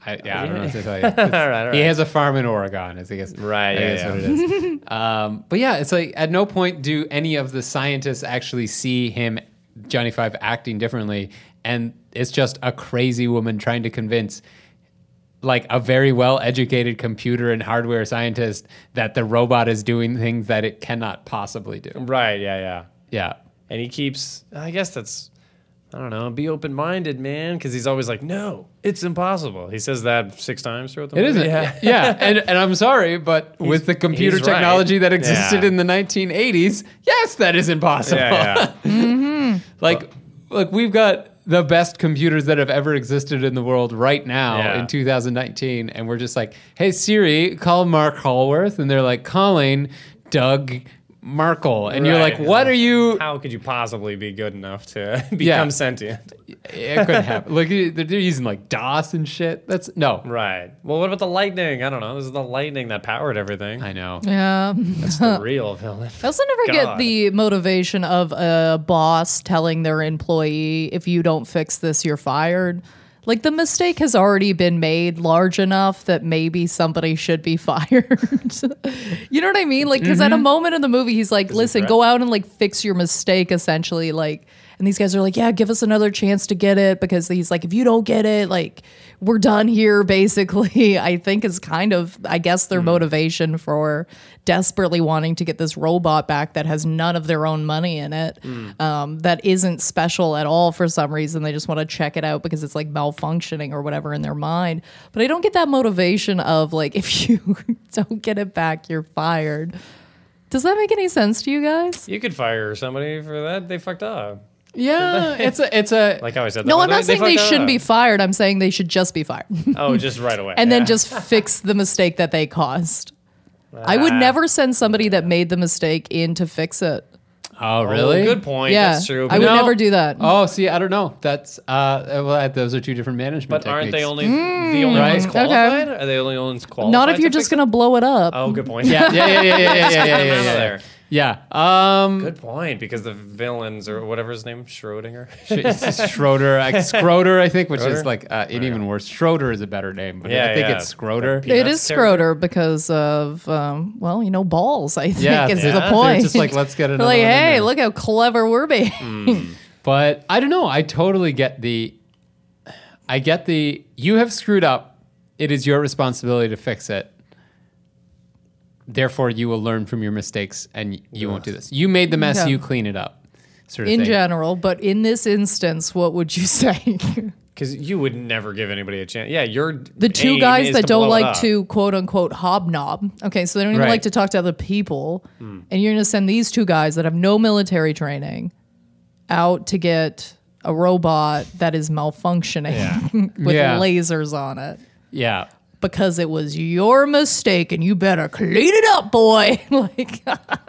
I, yeah. I don't know what to tell you. It's-
all right, all
He
right.
has a farm in Oregon, is I guess.
Right,
I
yeah,
guess
yeah.
what it is. um, but yeah, it's like at no point do any of the scientists actually see him, Johnny Five, acting differently, and it's just a crazy woman trying to convince. Like a very well educated computer and hardware scientist, that the robot is doing things that it cannot possibly do.
Right? Yeah, yeah.
Yeah.
And he keeps. I guess that's. I don't know. Be open minded, man, because he's always like, no, it's impossible. He says that six times throughout the
It
movie.
isn't. Yeah. And, and I'm sorry, but with the computer
he's right.
technology that existed
Yeah.
in the 1980s, yes, that is impossible.
Yeah, yeah.
Like, look, we've got the best computers that have ever existed in the world right now
Yeah.
in 2019. And we're just like, hey, Siri, call Mark Hallworth. And they're like, calling Doug Markle. And you're
Right.
like, what are you?
How could you possibly be good enough to become
Yeah.
sentient?
It couldn't happen. Look, they're they're using like DOS and shit. That's no.
Right. Well, what about the lightning? I don't know. This is the lightning that powered everything.
I know.
Yeah.
That's the real villain.
I also never get
God.
the motivation of a boss telling their employee, if you don't fix this, you're fired. Like the mistake has already been made large enough that maybe somebody should be fired. you know what I mean? Like, because at a moment in the movie, he's like, listen,
threat.
go out and like fix your mistake, essentially. Like, and these guys are like, yeah, give us another chance to get it because he's like, if you don't get it, like, we're done here, basically. I think is kind of, I guess, their motivation for desperately wanting to get this robot back that has none of their own money in it, um, that isn't special at all for some reason. They just want to check it out because it's like malfunctioning or whatever in their mind. But I don't get that motivation of like, if you don't get it back, you're fired. Does that make any sense to you guys?
You could fire somebody for that. They fucked up.
Yeah, it's a it's a
Like how I said that.
No, I'm
one
not
time,
saying they
fucked
shouldn't be
up.
fired. I'm saying they should just be fired and
oh, just right away.
then
Yeah.
just fix the mistake that they caused. I would
Ah.
never send somebody that made the mistake in to fix it.
oh
Oh,
really
good point.
Yeah,
That's true.
I
but-
would
No.
never do that.
Oh, see, I don't know. That's uh, well, those are two different management.
but aren't they
techniques.
only the only
Right.
ones
Okay.
qualified? Are they the only ones qualified?
Hmm, Not if
to
you're just
fix
gonna blow it up.
it? Oh, good point.
Yeah, yeah, yeah, yeah, yeah, yeah, yeah, yeah,
Get them out of
yeah,
there.
yeah. yeah. Um,
Good point. Because the villains or whatever his name, Schrodinger.
it's Schroeder, I, Schroeder, I think, which is
Schroeder?
like uh, it even worse. Schroeder is a better name, but
Yeah,
I think
yeah.
it's Schroeder.
Like
it
Peanuts
is
character.
Scroder because of um, well, you know, balls. I think
Yeah,
is
yeah.
the
They're
point.
just like, let's get another
like,
one in
hey,
there.
look how clever we're being.
But I don't know. I totally get the. I get the. You have screwed up. It is your responsibility to fix it. Therefore, you will learn from your mistakes, and you won't do this. You made the mess.
Yeah.
You clean it up. Sort of
in
thing.
general. But in this instance, what would you say?
Because you would never give anybody a chance. Yeah, you're
the two guys that don't like to quote unquote hobnob. Okay, so they don't even
Right. Hmm.
like to talk to other people, and you're going to send these two guys that have no military training out to get a robot that is malfunctioning
Yeah.
with
Yeah.
lasers on it
Yeah.
because it was your mistake and you better clean it up, boy. like,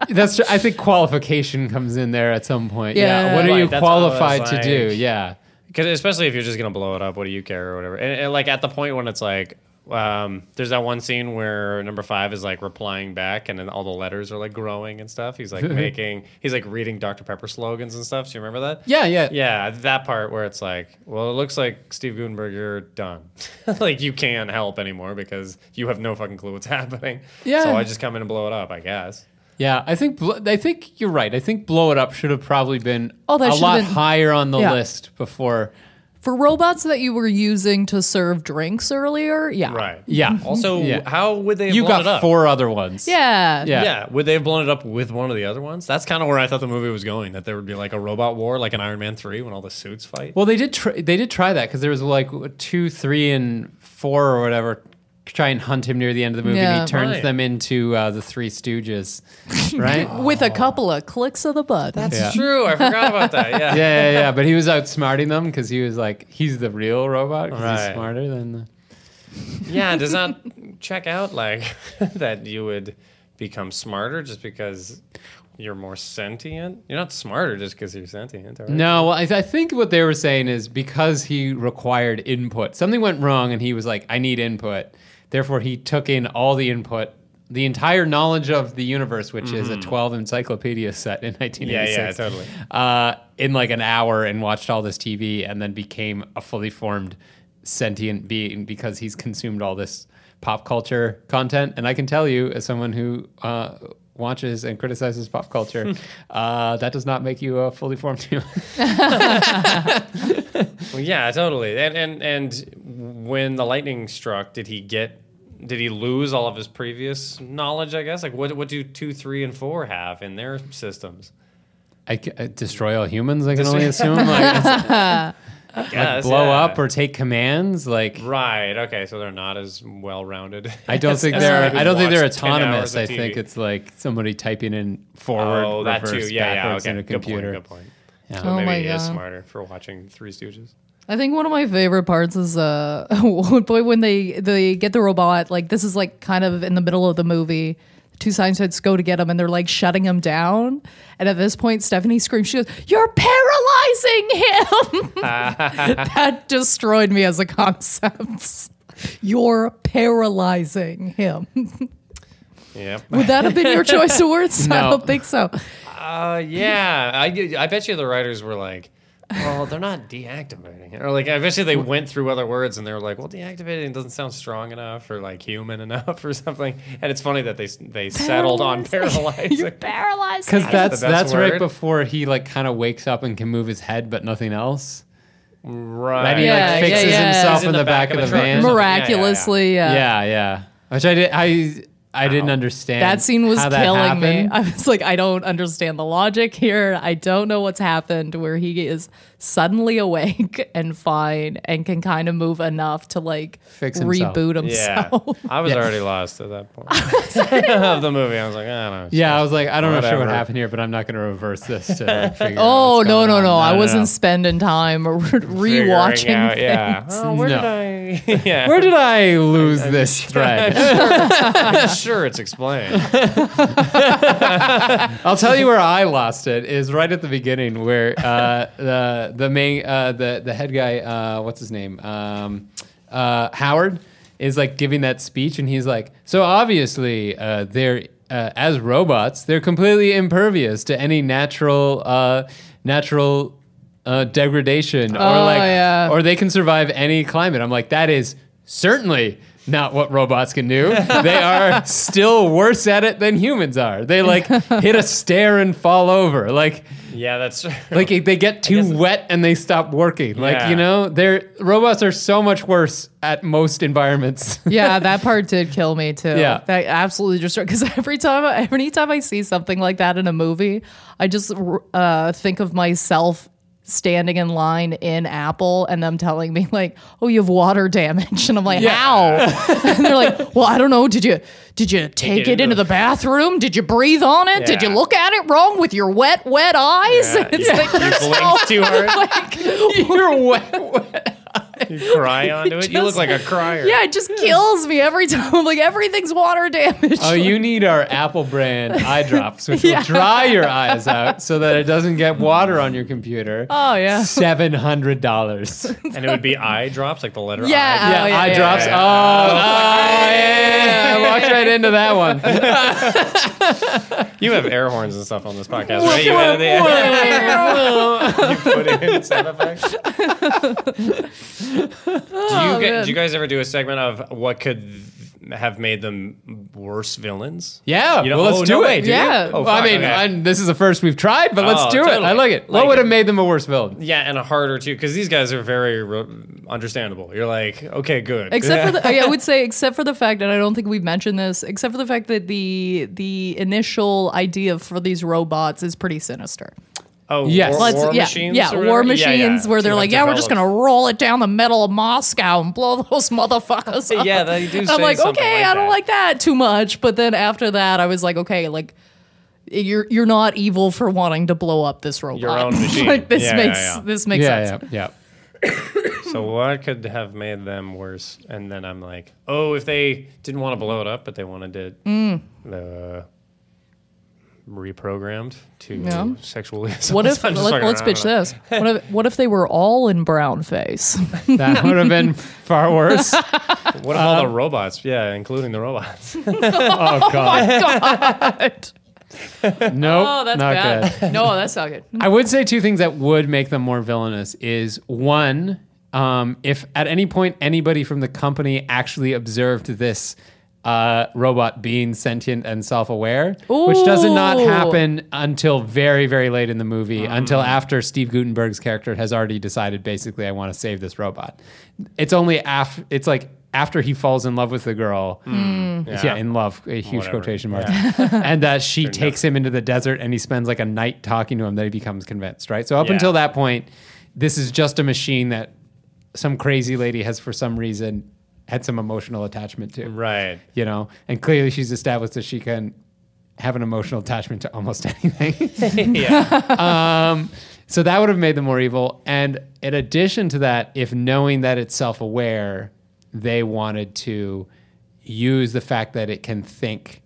That's. True. I think qualification comes in there at some point. Yeah.
Yeah.
What are
Right,
you
that's what I was
qualified to
like.
do? Yeah.
Because especially if you're just gonna blow it up, what do you care or whatever? And, and like at the point when it's like, um, there's that one scene where number five is like replying back, and then all the letters are like growing and stuff. He's like making, he's like reading Dr Pepper slogans and stuff. Do you remember that?
Yeah. Yeah.
Yeah, that part where it's like, well, it looks like Steve Gutenberg, you're done. like you can't help anymore because you have no fucking clue what's happening.
Yeah.
So I just come in and blow it up, I guess.
Yeah, I think bl- I think you're right. I think blow it up should have probably been
Oh, that
a
should have
lot
been-
higher on the
yeah.
list before.
for robots that you were using to serve drinks earlier, yeah.
Right.
Yeah.
Also,
Yeah.
how would they? Have
you
blown it
got
up?
four other ones.
Yeah.
Yeah.
Yeah. would they have blown it up with one of the other ones? That's kind of where I thought the movie was going. That there would be like a robot war, like an Iron Man three, when all the suits fight.
Well, they did. Tr- they did try that because there was like two, three, and four or whatever. Try and hunt him near the end of the movie, and
Yeah.
he turns
Right.
them into uh, the Three Stooges, right?
With a couple of clicks of the button.
yeah.
true. I forgot about that. Yeah.
yeah, yeah, yeah. But he was outsmarting them because he was like, he's the real robot 'cause he's
Right.
smarter than the.
Yeah. Does not check out like that you would become smarter just because you're more sentient? You're not smarter just because you're sentient. Right?
No, well, I, th- I think what they were saying is because he required input, something went wrong, and he was like, "I need input." Therefore, he took in all the input, the entire knowledge of the universe, which is a twelve encyclopedia set in nineteen
Mm-hmm. Yeah,
eighty
yeah,
six.
totally.
Uh, in like an hour, and watched all this TV, and then became a fully formed sentient being because he's consumed all this pop culture content. And I can tell you, as someone who uh, watches and criticizes pop culture, uh, that does not make you a fully formed human.
Well, yeah, totally. And and and when the lightning struck, did he get? Did he lose all of his previous knowledge? I guess. Like, what what do two, three, and four have in their systems?
I, c- I destroy all humans. I can only assume like, it's like
Yes,
blow
yeah.
up or take commands. Like
Right. Okay. So they're not as well rounded.
I don't think they're
somebody
I don't think
who's
they're
watched 10 hours
autonomous.
of
I think
TV.
it's like somebody typing in forward,
Oh,
reverse, backwards in a
Good point,
computer.
Good point.
Oh
So maybe
my
he is
God.
smarter for watching Three Stooges.
I think one of my favorite parts is uh boy when they they get the robot like this is like kind of in the middle of the movie. Two scientists go to get him and they're like shutting him down. And at this point, Stephanie screams, She goes, You're paralyzing him. that destroyed me as a concept. You're paralyzing him.
Yeah.
Would that have been your choice of words? I
No.
don't think so.
Uh, yeah. I, I bet you the writers were like, well, they're not deactivating it. Or like, I bet you they went through other words and they were like, well, deactivating doesn't sound strong enough or like human enough or something. And it's funny that they they settled on
You're
paralyzing.
paralyzing
Because that's
That's the best
that's right
word.
before he like kind of wakes up and can move his head, but nothing else.
right.
And he
Yeah,
like fixes
yeah, yeah.
himself
He's
in, the back, of the
truck or
van.
something. Yeah, yeah, yeah.
Miraculously, yeah.
Yeah, yeah. Which I did I I didn't understand.
That scene was
how that
killing me.
happened.
I was like, I don't understand the logic here. I don't know what's happened where he is suddenly awake and fine and can kind of move enough to like
Fix himself.
reboot
Yeah.
himself.
I was
Yeah.
already lost at that point of the movie. I was like, I don't know.
Yeah, I was like, I don't know sure what
Whatever.
happened here, but I'm not going to reverse this to figure out
Oh
what's
no
going
no
on.
no! I wasn't
no.
spending time re-
Figuring
rewatching.
out,
things.
Yeah. Oh, where
No.
did I? yeah.
Where did I lose this thread?
I'm sure it's explained.
I'll tell you where I lost it is right at the beginning where uh, the the main uh, the the head guy uh, what's his name um, uh, Howard is like giving that speech and he's like so obviously uh, they're uh, as robots they're completely impervious to any natural uh, natural uh, degradation or
Oh,
like
yeah.
or they can survive any climate. I'm like that is certainly. Not what robots can do. They are still worse at it than humans are. They like hit a stair and fall over. Like
Yeah, that's true.
like they get
guess-
too wet and they stop working. Like
Yeah.
you know, their robots are so much worse at most environments.
yeah, that part did kill me too.
Yeah.
that absolutely just because every time, every time I see something like that in a movie, I just uh, think of myself standing in line in Apple and them telling me like, "Oh, you have water damage," and I'm like, "How?" and they're like, "Well, I don't know. Did you did you take it,
it into
into
the-
the bathroom? Did you breathe on it? Did you
Yeah.
look at it wrong with your wet, wet eyes?"
Yeah,
It's
you-
like,
you
there's
blinked too hard.
like,
You're wet.
You cry onto it. You look
just-
like a crier.
yeah, it just kills me every time. I'm like, everything's water damage.
Oh, you need our Apple brand eye drops, which
Yeah.
will dry your eyes out so that it doesn't get water on your computer.
Oh, yeah.
seven hundred dollars.
And it would be eye drops, like the letter
Yeah.
I.
yeah,
Oh, yeah,
eye
yeah,
drops.
yeah.
Oh, oh, yeah. I walked right into that one.
You have air horns and stuff on this podcast, right? You added the- You put in sound effects. Do
Oh,
you, get, do you guys ever do a segment of what could th- have made them worse villains?
Yeah,
You know-
well, let's
oh,
do
no
it.
way, do you?
Yeah.
Oh,
Well, I
fuck,
mean,
okay.
I'm- this is the first we've tried, but
Oh,
let's do it.
totally.
I like it. what
Like
would
it.
have made them a worse villain?
Yeah, and a harder too, because these guys are very re- understandable. You're like, okay, good.
Except for the, I would say, except for the fact, and I don't think we've mentioned this, except for the fact that the the initial idea for these robots is pretty sinister.
oh,
Yes.
war,
Let's-
war
yeah,
machines.
yeah,
or
war
whatever?
machines
Yeah, yeah.
where they're
To,
like, yeah, we're just gonna
develop-
roll it down the middle of Moscow and blow those motherfuckers up.
Yeah, they do
And
say
I'm like,
something
okay,
like
I don't
that.
like that too much. But then after that, I was like, okay, like. You're you're not evil for wanting to blow up this robot.
Your own machine.
like this
Yeah, yeah,
makes
yeah.
this makes sense.
yeah, yeah, yeah.
So
Hmm.
what could have made them worse? And then I'm like, oh, if they didn't want to blow it up, but they wanted it
Hmm.
uh, reprogrammed to
Yeah.
sexually.
What if let, us pitch this? What if what if they were all in brown face?
That would have been far worse. oh
What if
Um,
all the robots? Yeah, including the robots.
Oh, God,
God.
nope.
Oh, that's
not good.
bad. No, that's not good.
I would say two things that would make them more villainous is one, um, if at any point anybody from the company actually observed this uh, robot being sentient and self-aware, which does not
Ooh.
happen until very, very late in the movie, until after Steve Gutenberg's character has already decided, basically, I want to save this robot. It's only after it's like after he falls in love with the girl. Yeah. in love, a huge
Whatever.
quotation mark. and that she takes him into the desert and he spends like a night talking to him that he becomes convinced, right? So up
Yeah.
until that point, this is just a machine that some crazy lady has for some reason had some emotional attachment to.
right.
You know? And clearly she's established that she can have an emotional attachment to almost anything.
yeah.
So that would have made them more evil. And in addition to that, if knowing that it's self aware, they wanted to use the fact that it can think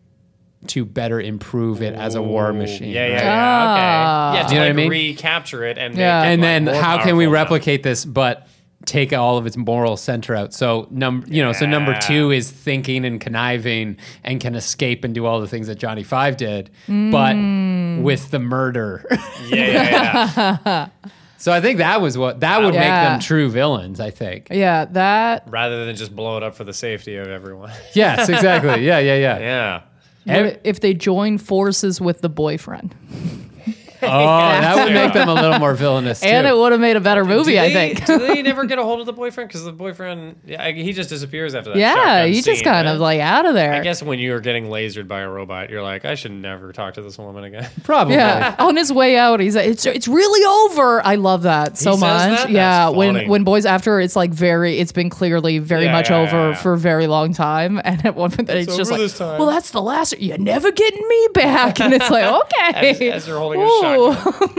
to better improve it as a war machine.
Yeah, yeah,
right?
yeah. Okay. Yeah, to
You know
like
what I mean?
recapture it and
Ah. Yeah.
make it,
And
like,
then
more
how can we
powerful now.
replicate this but take all of its moral center out? So number you know, so number
Yeah.
two is thinking and conniving and can escape and do all the things that Johnny Five did,
Mm.
but with the murder.
Yeah, yeah, yeah.
so I think that was what that would
Yeah.
make them true villains, I think.
Yeah, that
Rather than just blow it up for the safety of everyone.
Yes, exactly. Yeah, yeah, yeah.
yeah.
Ev-
if they join forces with the boyfriend.
oh, that would
Yeah.
make them a little more villainous. Too.
And it would have made a better
Do
movie, I
they-
think.
do they never get a hold of the boyfriend? Because the boyfriend, yeah, I- he just disappears after that.
Yeah,
shotgun
you just
scene,
kind
right?
of like out of there.
I guess when you are getting lasered by a robot, you're like, I should never talk to this woman again.
probably.
yeah, on his way out, he's like, "It's it's really over." I love that so
says
much.
that?
Yeah,
That's
when
funny.
when boys after, it's like very, it's been clearly very
Yeah,
much
yeah,
over
yeah, yeah.
for a very long time, and at one point, it's, just
over
like,
this time.
"Well, that's the last. You're never getting me back." And it's like, okay,
As, as you're holding
Ooh.
a shotgun.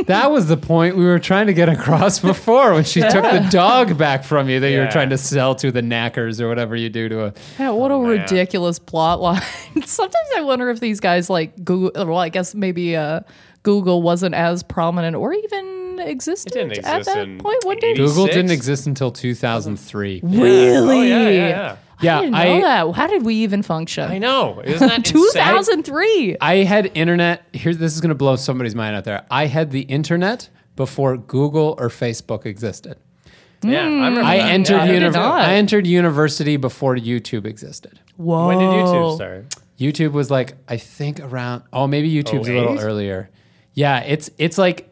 That was the point we were trying to get across before when she took the dog back from you that you were
Yeah.
trying to sell to the knackers or whatever you do to a.
Yeah, what a
Oh, man.
ridiculous plot line. Sometimes I wonder if these guys like Google. Well, I guess maybe uh, Google wasn't as prominent or even existed
didn't
at
exist
that
in
point. When did
80s.
Google didn't
86?
exist until 2003.
really?
Oh, yeah, yeah, yeah.
Yeah,
I didn't know
I-
that. How did we even function?
I know. Isn't that insane?
2003.
I had internet. Here, this is going to blow somebody's mind out there. I had the internet before Google or Facebook existed.
Yeah, I
Mm.
remember.
I
that.
entered
Yeah, I
did
univer-
not.
I entered university before YouTube existed.
Whoa.
When did
Oh.
YouTube start?
YouTube was like I think around oh maybe YouTube's a little
08?
earlier. Yeah, it's it's like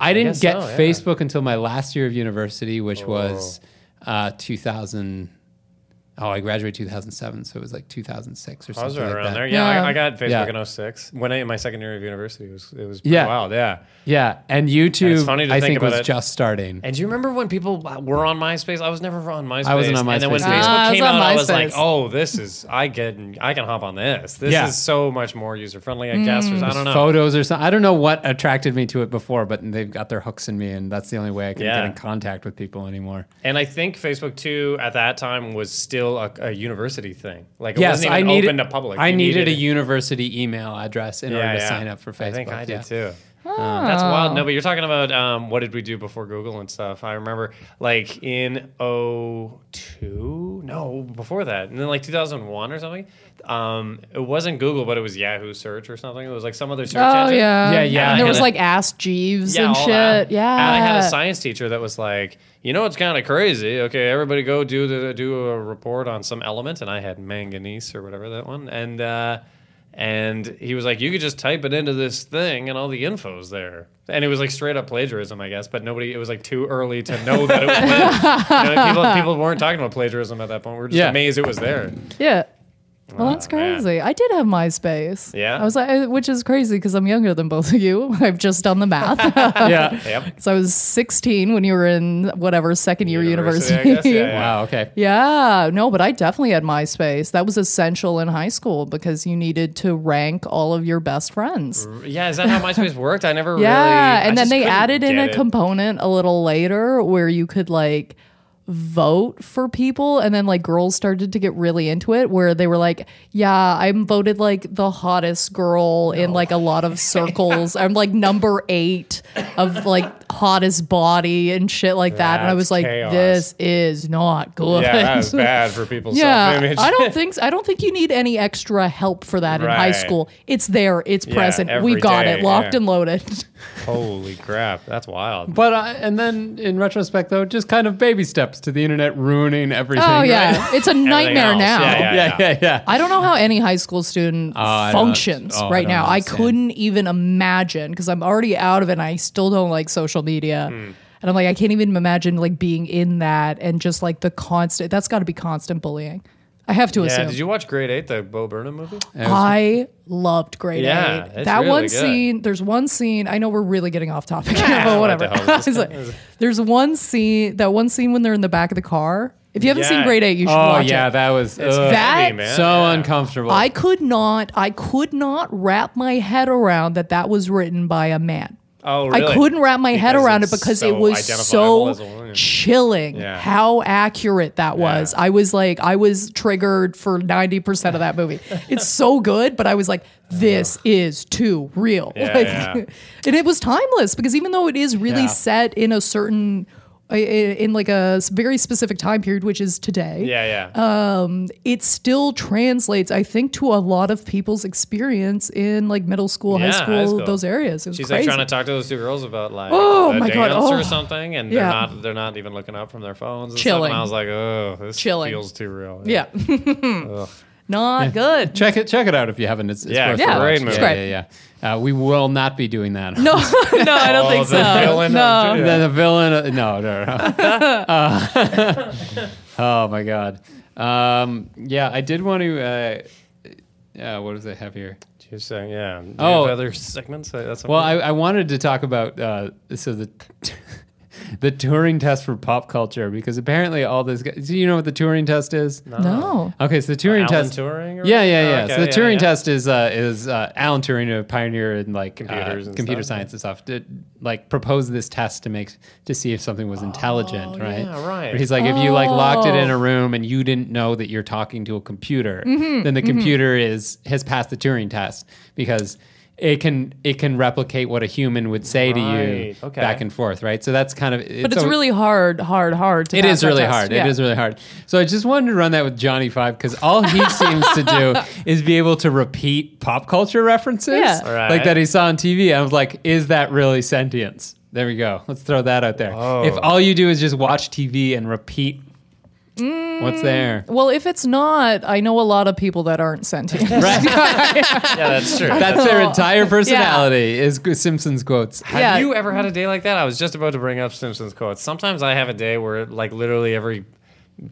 I didn't
guess
get
so, yeah. Oh.
Facebook until my last year of university, which was uh, 2000. oh, I graduated 2007, so it was like 2006 or
I was
something
right
like
around
that.
there. Yeah,
Yeah.
I, I got Facebook
Yeah.
in 06. When I in my second year of university, it was it was
Yeah.
yeah. wild. Yeah.
Yeah, and YouTube,
It's funny to
I
think
think,
about
was
it.
just starting.
And do you remember when people were on MySpace? I was never on MySpace.
I wasn't on
And then when
MySpace
Facebook
either.
Ah, I was
came
on
out, I was like,
MySpace.
oh, this is I get I can hop on this. This
Yeah.
is so much more user friendly. I guess
Mm.
or I don't know.
Photos or something. I don't know what attracted me to it before, but they've got their hooks in me, and that's the only way I can get
Yeah.
in contact with people anymore.
And I think Facebook too at that time was still a, a university thing. Like it
Yes,
wasn't
I
even
needed
open to public.
I
You
needed, a university email address in order to sign up for Facebook.
I think I
yeah.
did too.
Oh.
That's wild. No, but you're talking about um, what did we do before Google and stuff. I remember like in 02, no, before that, and then like 2001 or something. Um, it wasn't Google, but it was Yahoo search or something. It was like some other search
Oh
engine.
yeah,
Yeah, yeah.
And there
I
was
had a-
like Ask Jeeves and
all
shit.
that.
Yeah,
And I had a science teacher that was like, you know, it's kind of crazy. Okay, everybody go do the do a report on some element, and I had manganese or whatever that one, and uh, and he was like, you could just type it into this thing, and all the info's there. And it was like straight up plagiarism, I guess. But nobody, it was like too early to know that it was. there. You know, people, people weren't talking about plagiarism at that point. We were just
Yeah.
amazed it was there.
Yeah. Well, that's
Oh, man.
crazy. I did have MySpace.
Yeah?
I was like, I- which is crazy because I'm younger than both of you. I've just done the math.
yeah.
Yep.
so I was 16 when you were in whatever second year university.
University, I guess. Yeah, yeah.
Wow. Okay.
Yeah, no, but I definitely had MySpace. That was essential in high school because you needed to rank all of your best friends.
Yeah, is that how MySpace worked? I never really.
yeah,
I
and then
just
they
couldn't
added in
get
a
it.
component a little later where you could like vote for people and then like girls started to get really into it where they were like yeah i'm voted like the hottest girl in like a lot of circles i'm like number eight of like hottest body and shit like that and i
That's
was like
chaos.
this is not good
Yeah, that was bad for people's
yeah,
self-image.
I don't think so. I don't think you need any extra help for that in high
Right.
school. It's there, it's
Yeah,
present.
every
We've got
day,
it locked
yeah.
and loaded.
Holy crap, that's wild.
But uh, and then in retrospect, though, just kind of baby steps to the internet ruining everything.
Oh
right?
yeah, it's a nightmare
else,
now.
yeah, yeah.
yeah, yeah, yeah.
I don't know how any high school student
I don't-
functions
oh, I
right
don't
now.
understand.
I couldn't even imagine because I'm already out of it. and I still don't like social media.
Hmm.
And I'm like, I can't even imagine like being in that and just like the constant. That's got to be constant bullying. I have to
Yeah,
assume.
did you watch Grade Eight, the Bo Burnham movie?
I loved Grade
Yeah,
Eight.
it's
That
really
one
good.
scene. There's one scene. I know we're really getting off topic, but
what the
whatever.
hell is
It's like, there's one scene. That one scene when they're in the back of the car. If you haven't seen
Yeah.
Grade Eight, you should
Oh
watch
yeah,
it.
that was ugh,
That-
Heavy, man.
so
Yeah.
uncomfortable.
I could not. I could not wrap my head around that. That was written by a man.
Oh,
I
really?
couldn't wrap my head
Because
around it
it's
because
so
it was
identifiable
so
as a woman.
chilling
Yeah.
how accurate that was. I was like, I was triggered for 90% of that movie. it's so good, but I was like, this is too real.
Yeah,
Like-
yeah.
And it was timeless because even though it is really
Yeah.
set in a certain, i- i- in like a s- very specific time period, which is today
Yeah, yeah.
it still translates, I think, to a lot of people's experience in like middle school, high,
Yeah,
school,
high school.
those areas. It was
She's
Oh, crazy.
like trying to talk to those two girls about like
Oh,
the
my God,
dance
oh.
or something, and
Yeah.
they're not they're not even looking up from their phones. And Stuff.
Chilling.
And I was like, oh, this
Chilling.
feels too real.
yeah. Not good.
check it, check it out if you haven't. It's, it's
Yeah,
worth
it's
a
a
watch.
great movie.
Yeah, yeah, yeah. Uh, we will not be doing that.
No, no, I don't think
Oh, the
so.
villain of-
no.
Then the villain. uh, no, no, no. Uh, oh my god. Um, yeah, I did want to. Uh, uh, what does it have here?
She's saying, yeah. Do you
Oh.
have other segments? Uh, That's
Well, I, I wanted to talk about uh, so the the Turing test for pop culture because apparently all this. Do you know what the Turing test is?
oh.
No.
Okay, so the Turing
Alan
test.
Turing or-
yeah, yeah,
Oh,
yeah.
okay,
so the
yeah,
Turing
yeah.
test is uh, is uh, Alan Turing, a pioneer in like
Computers
uh,
and
computer
stuff,
science and stuff, did like propose this test to make to see if something was intelligent, right?
Oh, yeah, right.
But he's like, if you like locked it in
Oh.
a room and you didn't know that you're talking to a computer,
Mm-hmm,
then the computer is has passed the Turing test because. It can it can replicate what a human would say to you
Right, okay.
back and forth, right? So that's kind of
But it's
a-
really hard, hard, hard to
it
pass
is
that
really
test.
hard.
Yeah.
It is really hard. So I just wanted to run that with Johnny Five because all he seems to do is be able to repeat pop culture references,
Yeah.
Right.
like that he saw on TV. I was like, is that really sentience? There we go. Let's throw that out there. If all you do is just watch TV and repeat
Mm.
what's there,
Well, if it's not, I know a lot of people that aren't sentient.
yeah, that's true.
that's their entire personality is G- Simpsons quotes.
Have
Yeah.
you ever had a day like that? I was just about to bring up Simpsons quotes. Sometimes I have a day where, like, literally every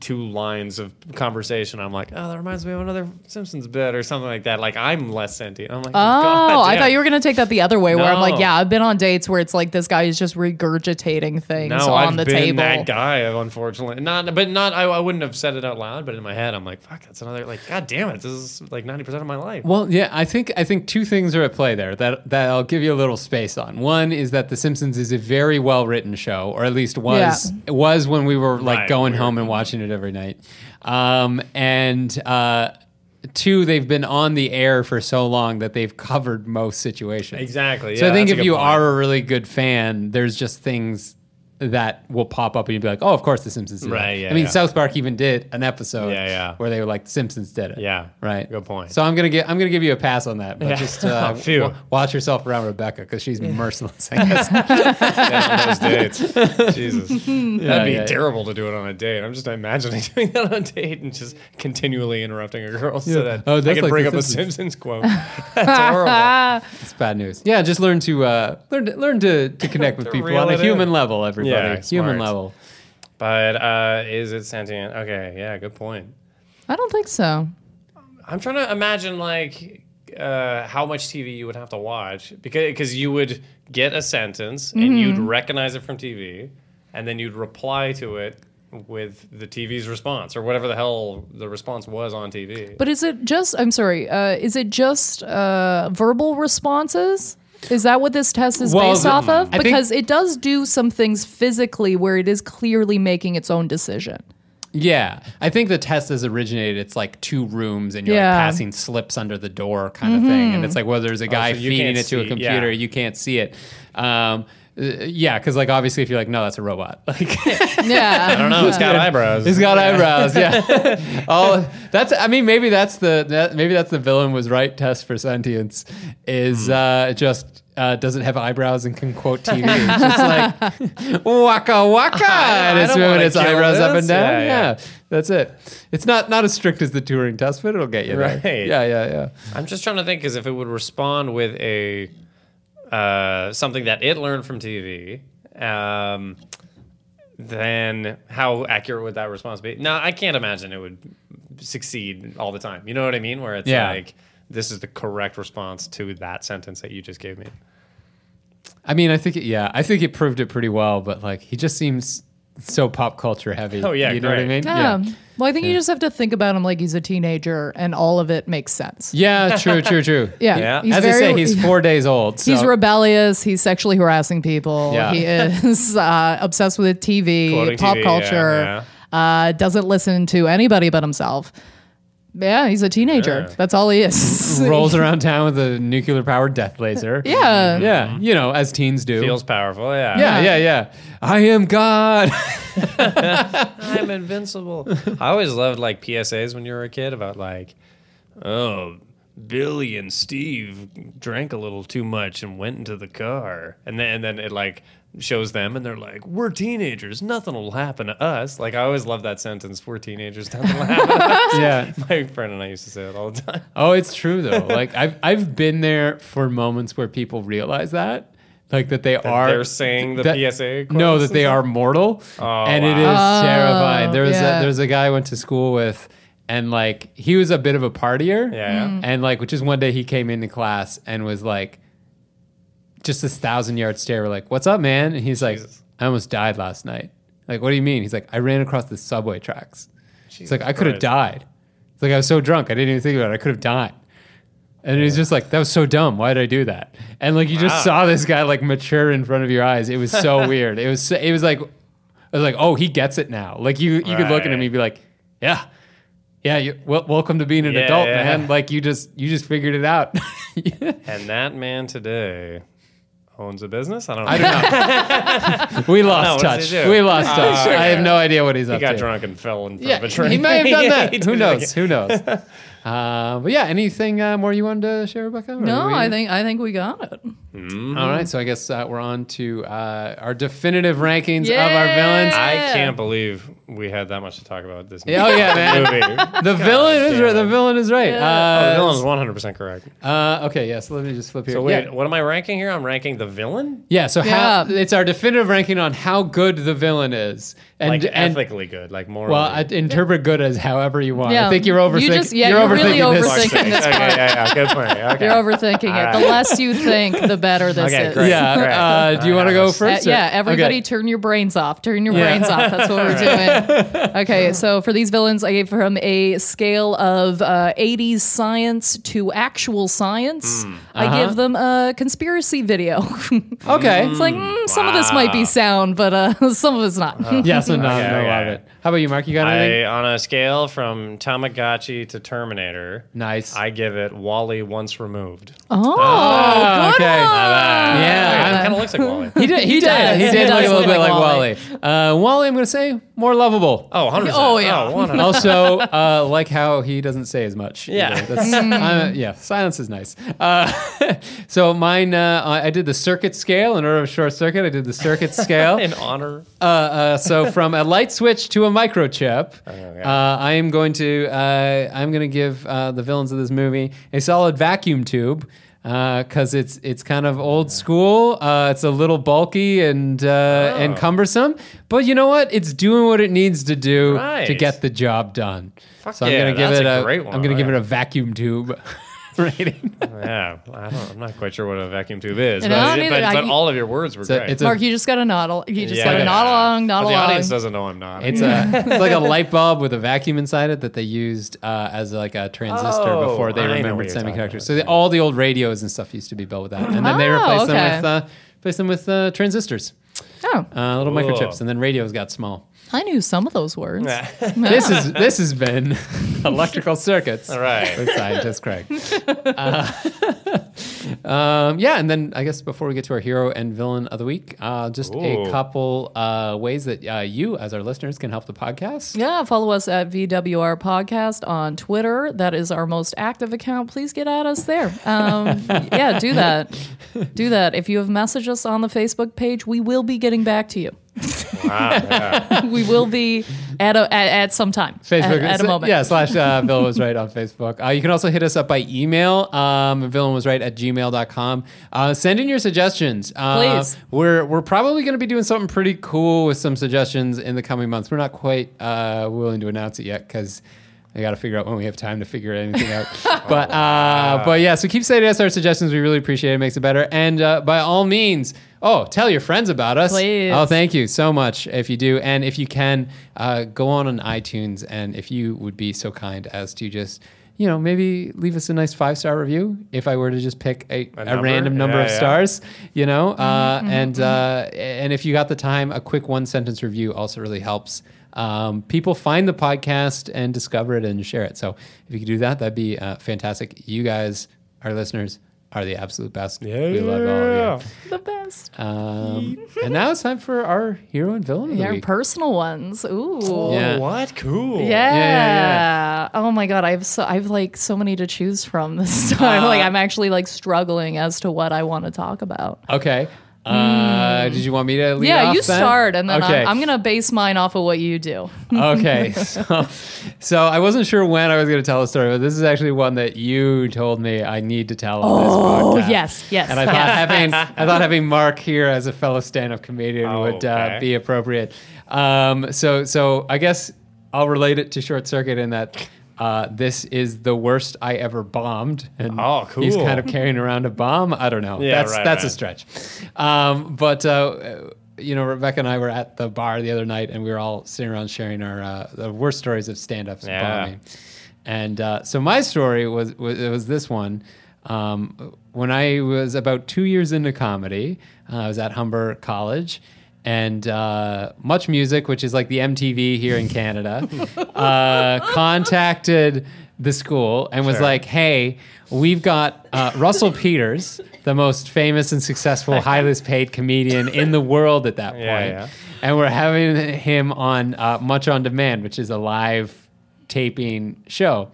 two lines of conversation, I'm like, oh, that reminds me of another Simpsons bit or something like that. Like I'm less sentient. I'm like, oh,
Oh, I thought you were gonna take that the other way, where I'm like,
No.
yeah, I've been on dates where it's like this guy is just regurgitating things
no,
on
I've
the
been
table.
that guy, unfortunately. Not, but not. I, I wouldn't have said it out loud, but in my head, I'm like, fuck, that's another. Like, god damn it, this is like ninety percent of my life.
Well, yeah, I think I think two things are at play there that that I'll give you a little space on. One is that The Simpsons is a very well written show, or at least was
Yeah.
it was when we were like
Right,
going
we were-
home and watching it every night. Um, and uh, two, they've been on the air for so long that they've covered most situations.
Exactly,
So I
yeah,
think
that's a
if
good
you
point.
are a really good fan, there's just things. That will pop up and you'd be like, oh, of course the Simpsons did that."
Right, yeah,
I mean,
yeah.
South Park even did an episode
Yeah, yeah.
where they were like, Simpsons did it.
Yeah.
Right.
Good point.
So I'm gonna get I'm gonna give you a pass on that, but
Yeah. Oh,
just uh,
Phew.
wa- watch yourself around Rebecca because she's merciless. I guess.
on those dates. Jesus. That'd be
yeah, yeah.
terrible to do it on a date. I'm just imagining doing that on a date and just continually interrupting a girl so that
Oh, that's
I can
like
bring
The
up a
Simpsons.
Simpsons quote. That's horrible.
Ah,
it's bad news. Yeah, just learn to uh, learn to, learn to, to connect with
To
people
reel
on a
it
human
in.
level, everybody.
Yeah,
human
smart.
level.
But uh, is it sentient? Okay, yeah, good point.
I don't think so.
I'm trying to imagine like uh, how much TV you would have to watch because because you would get a sentence
Mm-hmm.
and you'd recognize it from TV, and then you'd reply to it with the TV's response or whatever the hell the response was on TV.
But is it just? I'm sorry. Uh, is it just uh, verbal responses? Is that what this test is
Well,
based
the-
off of?
I think-
Because it does do some things physically where it is clearly making its own decision.
Yeah, I think the test has originated. It's like two rooms, and you're
Yeah.
like passing slips under the door kind of thing. And it's like, well, there's a guy
Mm-hmm. Oh, so you
feeding
can't
it to a
see-
computer,
yeah.
you can't see it. Um, uh, yeah, because like obviously, if you're like, no, that's a robot. Like,
Yeah.
I don't know. It's got eyebrows.
He's got eyebrows. Yeah. oh, that's. I mean, maybe that's the that, maybe that's the villain was right test for sentience is uh, just uh, doesn't have eyebrows and can quote TV. it's just like waka waka. and it's
don't
moving
wanna
its
kill
eyebrows up
this.
and down. Yeah,
Yeah, yeah.
that's it. It's not not as strict as the Turing test, but it'll get you there.
Right.
Yeah, yeah, yeah.
I'm just trying to think because if it would respond with a uh, something that it learned from TV, um, then how accurate would that response be? No, I can't imagine it would succeed all the time. You know what I mean? Where it's
Yeah.
like this is the correct response to that sentence that you just gave me.
I mean, I think it, yeah, I think it proved it pretty well. But like, he just seems so pop culture heavy.
Oh, yeah,
you know what I mean?
great.
Yeah. Well, I think you just have to think about him like he's a teenager, and all of it makes sense.
Yeah, true, true, true.
Yeah. Yeah. He's
As I
very-
say, he's four days old. So.
He's rebellious. He's sexually harassing people.
Yeah.
He is uh, obsessed with TV,
Quoting
pop
TV, yeah,
culture. Uh, doesn't listen to anybody but himself. Yeah, he's a teenager. That's all he is.
rolls around town with a nuclear powered death laser.
yeah.
Yeah. You know, as teens do.
Feels powerful. Yeah.
yeah, yeah, yeah. I am God.
I'm invincible. I always loved like PSAs when you were a kid about like, oh, Billy and Steve drank a little too much and went into the car, and then and then it like shows them and they're like, we're teenagers, nothing will happen to us. Like I always loved that sentence, we're teenagers, nothing will happen. to us."
yeah.
My friend and I used to say it all the time.
Oh, it's true though. Like I've I've been there for moments where people realize that. Like that they are
they're saying the PSA quotes
No,
and Oh,
that they are mortal. and it is terrifying. There was
yeah.
a there was a guy I went to school with and like he was a bit of a partier.
Yeah. Mm.
And like which is one day he came into class and was like just this thousand yard stare. We're like, What's up, man? And he's like,
Jesus.
I almost died last night. Like, what do you mean? He's like, I ran across the subway tracks. It's like I could have
Christ.
died. It's like I was so drunk, I didn't even think about it. I could have died. And he's just like, that was so dumb. Why did I do that? And like you just saw this guy like mature in front of your eyes. It was so weird. It was so, it was like I was like, oh, he gets it now. Like you you could look at him
Right.
and be like, yeah, yeah. You, wel- welcome to being an
Yeah,
adult,
yeah.
man. Like you just you just figured it out.
And that man today owns a business. I don't know.
I don't know. we lost
what does
touch.
he do? Ah,
We lost touch. I have no idea what he's
he
up
got
to.
drunk and fell in front of
Yeah,
a train.
he may have done
Yeah,
that.
he
Who
did.
knows? Who knows? Uh, but yeah, anything uh, more you wanted to share, Rebecca? Or
No,
are we-
I think I think we got it.
All right, so I guess uh, we're on to uh, our definitive rankings of our
Yeah.
villains.
I
Yeah.
can't believe we had that much to talk about this
Yeah, oh yeah, man.
movie.
The villain is
damn
right. The
it.
villain is right.
Oh, the
Uh,
villain's 100% correct.
uh, okay, yeah. So let me just flip here.
So wait,
yeah.
what am I ranking here? I'm ranking the villain?
Yeah, so how,
Yeah.
it's our definitive ranking on how good the villain is, and
Like
and
ethically good, like morally.
well, I interpret good as however you want.
Yeah.
I think you're
You
overthinking.
just- yeah, you're really
this.
Fuck's sake.
overthinking this
okay,
part.
yeah, yeah, good point. Okay.
You're overthinking it. The
Alright.
less you think, the better this
Okay,
is.
great.
Yeah.
Right.
Uh, do you want to go
Uh,
first?
Uh,
or-
yeah, everybody
okay.
turn your brains off. Turn your
Yeah.
brains off. That's what we're doing. Okay, so for these villains, I gave from a scale of uh, 80s science to actual science.
Hmm. Uh-huh.
I give them a conspiracy video. it's
Okay.
like, mm, some of this might be
Hmm. Wow.
sound, but uh, some of it's not.
yes and no.
Okay,
no,
okay.
love it. How about you, Mark? You got anything?
I, on a scale from Tamagotchi to Terminator,
nice.
I give it Wally once removed. Uh,
oh,
Ah,
good
okay.
one. Uh,
Yeah.
it kind of looks like Wally.
he did. He, did.
does.
He
He
did
does
look a little
look
bit
like
like Wally. Uh, Wally, I'm gonna say more lovable.
Oh, 100%.
Oh, yeah.
100%.
also, uh, like how he doesn't say as much.
Yeah.
either. That's, I'm- yeah. Silence is nice. Uh, so mine, uh, I I did the circuit scale in order of short circuit. I did the circuit scale.
in honor.
uh, uh, so from a light switch to a microchip,
Okay.
uh, I am going to uh, I'm going to give uh, the villains of this movie a solid vacuum tube because it's it's kind of old school. Uh, it's a little bulky and uh,
Oh.
and cumbersome, but you know what? It's doing what it needs to do
Right.
to get the job done.
Fuck
so I'm
yeah,
going to give
that's
it
a
a,
great one.
am going to give
Yeah.
it a vacuum tube rating.
Yeah, I don't, I'm not quite sure what a vacuum tube is,
No,
but, but,
neither. I-
but all of your words were
a-
great.
it's a-
Mark, you just got to nod. You just got to
Yeah.
nod along, nod
But the
along.
audience doesn't know I'm not.
It's a it's like a light bulb with a vacuum inside it that they used uh, as like a transistor
Oh,
before they
I know what
remembered
you're talking
semiconductors.
about.
So they, all the old radios and stuff used to be built with that, and then they
Oh,
replaced them
okay.
with uh, replaced them with uh, transistors,
oh,
uh, little
Cool.
microchips, and then radios got small.
I knew some of those words.
This is this has been electrical circuits.
all right.
With scientist Craig. Uh, um, yeah, and then I guess before we get to our hero and villain of the week, uh, just a
Ooh.
couple uh, ways that uh, you, as our listeners, can help the podcast.
Yeah, follow us at VWR Podcast on Twitter. That is our most active account. Please get at us there. Um, yeah, do that. Do that. If you have messaged us on the Facebook page, we will be getting back to you.
Wow, yeah.
We will be at a, at, at some time.
Facebook
At, at a
so-
moment.
Yeah, slash uh, Bill was right on Facebook. Uh, you can also hit us up by email, um, villain was right at gmail.com. Uh, send in your suggestions. Uh,
Please.
We're, we're probably going to be doing something pretty cool with some suggestions in the coming months. We're not quite uh, willing to announce it yet because. I got to figure out when we have time to figure anything out. but uh, but yeah, so keep sending us our suggestions. We really appreciate it. It makes it better. And uh, by all means, oh, tell your friends about us.
Please.
Oh, Thank you so much if you do. And if you can, uh, go on on iTunes. And if you would be so kind as to just, you know, maybe leave us a nice five star review if I were to just pick a, a,
number?
random number
Yeah,
of
yeah.
stars, you know. Uh, and, uh, and if you got the time, a quick one sentence review also really helps. Um, people find the podcast and discover it and share it. So if you could do that, that'd be uh, fantastic. You guys, our listeners, are the absolute best. We love all of you.
The best.
Um, and now it's time for our hero and villain of the
They're
week.
personal ones. Ooh.
Yeah.
Oh, What? Cool.
Yeah.
yeah,
Oh my god, I've so I've like so many to choose from this time. like I'm actually like struggling as to what I want to talk about.
okay. Uh, Did you want me to lead
Hmm. Yeah,
off
you
then?
start, and then
okay.
I'm, I'm gonna base mine off of what you do.
okay. So, so I wasn't sure when I was going to tell the story, but this is actually one that you told me I need to tell. on
Oh
this podcast.
yes, yes.
And I thought having I thought having Mark here as a fellow stand-up comedian
Oh,
would uh,
okay.
be appropriate. Um, so so I guess I'll relate it to Short Circuit in that uh, this is the worst I ever bombed, and
Oh,
he's
cool.
kind of carrying around a bomb. I don't know.
Yeah,
that's
right,
that's a
right.
stretch. Um, but uh, you know, Rebecca and I were at the bar the other night, and we were all sitting around sharing our uh, the worst stories of stand-ups
Yeah.
bombing. And uh, so my story was was, it was this one. Um, when I was about two years into comedy, uh, I was at Humber College. And uh, much music, which is like the MTV here in Canada, uh, contacted the school and was
Sure.
like, "Hey, we've got uh, Russell Peters, the most famous and successful, highest paid comedian in the world at that point,
Yeah, yeah.
and we're having him on uh, Much on Demand, which is a live taping show.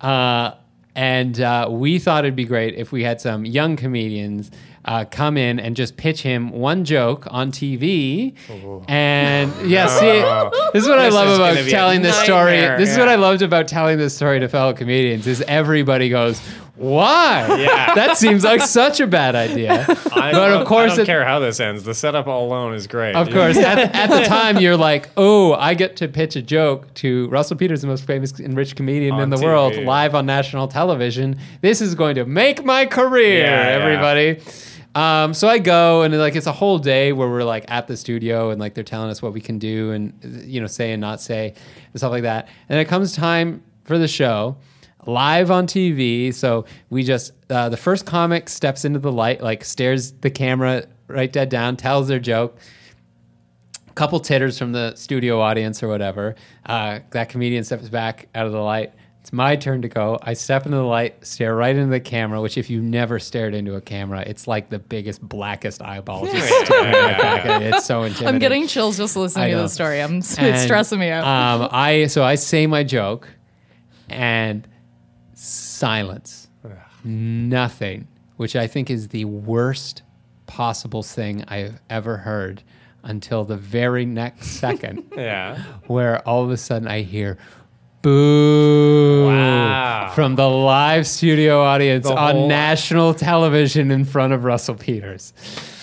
Uh, and uh, we thought it'd be great if we had some young comedians uh, come in and just pitch him one joke on TV. And yeah, see, this is what
This
I love
is
about
gonna be a
telling this story.
nightmare,
This is what
yeah.
I loved about telling this story to fellow comedians is everybody goes, why?
Yeah.
That seems like such a bad idea.
I
But of
don't-
course
I don't
it-
care how this ends. The setup alone is great.
Of
You-
course, at, at the time you're like, "Oh, I get to pitch a joke to Russell Peters, the most famous and rich comedian
On
in the world,
TV.
live on national television. This is going to make my career,
Yeah, yeah.
everybody." Um, so I go and like it's a whole day where we're like at the studio and like they're telling us what we can do and you know say and not say and stuff like that. And it comes time for the show live on TV. So we just uh, the first comic steps into the light, like stares the camera right dead down, tells their joke couple titters from the studio audience or whatever. Uh, that comedian steps back out of the light. It's my turn to go. I step into the light, stare right into the camera, which if you've never stared into a camera, it's like the biggest, blackest eyeball. Just staring right back at it. It's so intimidating.
I'm getting chills just
I
listening to
know.
the story. I'm, it's
And,
stressing me out.
Um, I so I say my joke, and silence, nothing, which I think is the worst possible thing I have ever heard until the very next second
Yeah.
where all of a sudden I hear boo
Wow.
from the live studio audience
The
on
whole-
national television in front of Russell Peters.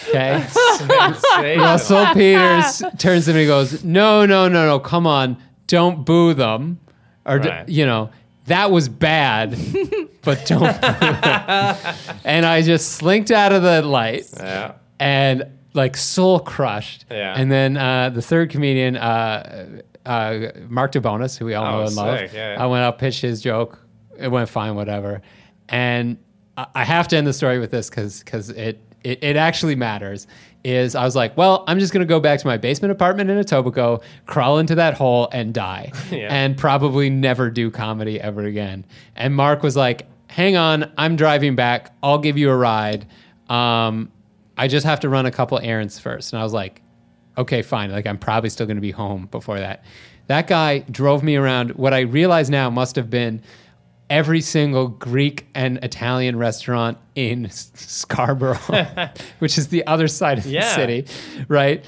Okay.
Sensational.
Russell Peters turns to me and goes, No, no, no, no, come on. Don't boo them. Or, d-
Right.
you know, that was bad, but don't. boo them." and I just slinked out of the light
Yeah.
and like soul crushed.
Yeah.
And then uh, the third comedian, uh, uh, Mark DeBonis, who we all know
Oh,
and love,
sick, yeah, yeah.
I went up, pitched his joke. It went fine, whatever. And I, I have to end the story with this because it, it it actually matters. Is I was like, well, I'm just gonna go back to my basement apartment in Etobicoke, crawl into that hole, and die,
Yeah.
and probably never do comedy ever again. And Mark was like, hang on, I'm driving back. I'll give you a ride. Um, I just have to run a couple errands first. And I was like, okay, fine. Like, I'm probably still going to be home before that. That guy drove me around. What I realize now must have been every single Greek and Italian restaurant in S- Scarborough, which is the other side of the
Yeah.
city, right?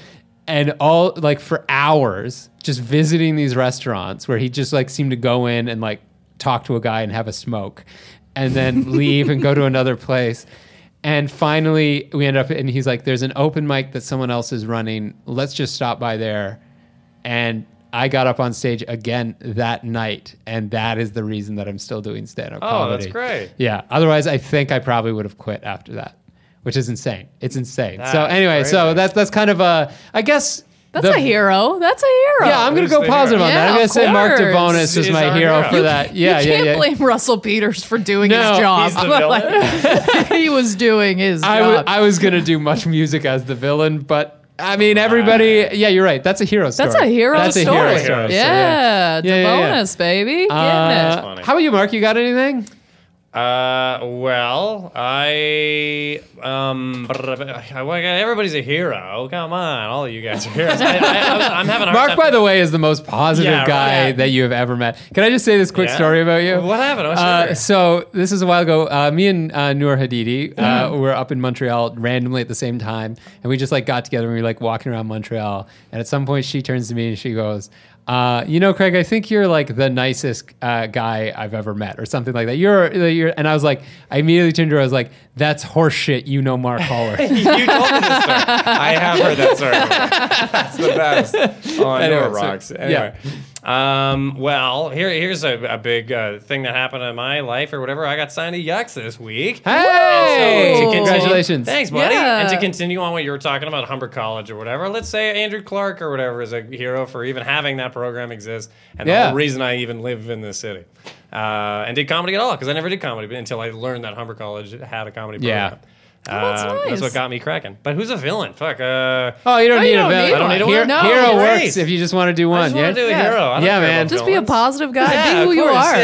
And all like for hours, just visiting these restaurants where he just like seemed to go in and like talk to a guy and have a smoke and then leave and go to another place. And finally, we end up, and he's like, There's an open mic that someone else is running. Let's just stop by there. And I got up on stage again that night. And that is the reason that I'm still doing stand up
Oh, that's great.
yeah. Otherwise, I think I probably would have quit after that, which is insane. It's insane. so
That's
anyway, so
crazy.
that's that's kind of a I guess
That's
the-
a hero. That's a hero.
Yeah, I'm gonna
Who's
go
the
positive
hero?
on
Yeah,
that. I'm gonna
of
say Mark
course.
DeBonis is
He's
my
our
hero
hero.
for that. Yeah,
you
yeah,
can't
yeah.
blame Russell Peters for doing
No,
his job.
he's the villain.
he was doing his
I,
job.
w- I was gonna do much music as the villain, but I mean everybody. Yeah, you're right. That's a hero story.
That's a hero
That's
story.
a hero
That's a
story.
hero
Yeah,
Yeah, yeah, yeah.
bonus, baby.
Uh,
Getting it.
funny.
how about you, Mark? You got anything?
Uh, well, I um, everybody's a hero. Come on, all of you guys are heroes. I, I, I'm having a hard
Mark,
time-
by the way, is the most positive
Yeah, right.
guy that you have ever met. Can I just say this quick
Yeah.
story about you?
What happened? Oh,
Uh,
sure.
so this is a while ago. Uh, me and uh, Noor Hadidi uh,
Mm-hmm.
were up in Montreal randomly at the same time, and we just like got together and we were like walking around Montreal. And at some point, she turns to me and she goes, uh, "You know, Craig, I think you're like the nicest uh, guy I've ever met, or something like that." You're, uh, you're, and I was like, I immediately turned to her. I was like, "That's horseshit." You know, Mark Holler.
you told me this story. I have heard that story. That's the best. Oh, I know
Anyway,
it
so-
rocks. Anyway. Um, well, here, here's a, a big uh, thing that happened in my life or whatever. I got signed to Yucks this week.
hey,
So, to continue-
congratulations!
Thanks, buddy.
Yeah.
And to continue on what you were talking about, Humber College or whatever, let's say Andrew Clark or whatever is a hero for even having that program exist and
Yeah.
the whole reason I even live in this city. Uh, and did comedy at all because I never did comedy until I learned that Humber College had a comedy
Yeah.
program.
Oh,
Uh,
that's nice.
what got me cracking. But who's a villain? Fuck. Uh,
Oh, you don't
No,
need
you
a
don't
villain.
need
I don't
one.
need a
No,
hero.
no,
hero
you're
works
right.
if you just want to do
I
one.
just
yeah.
want to do a
Yeah.
hero. I don't
Yeah,
care about
man.
Just be a
villains.
positive guy.
Yeah,
be who
of
you
course.
are.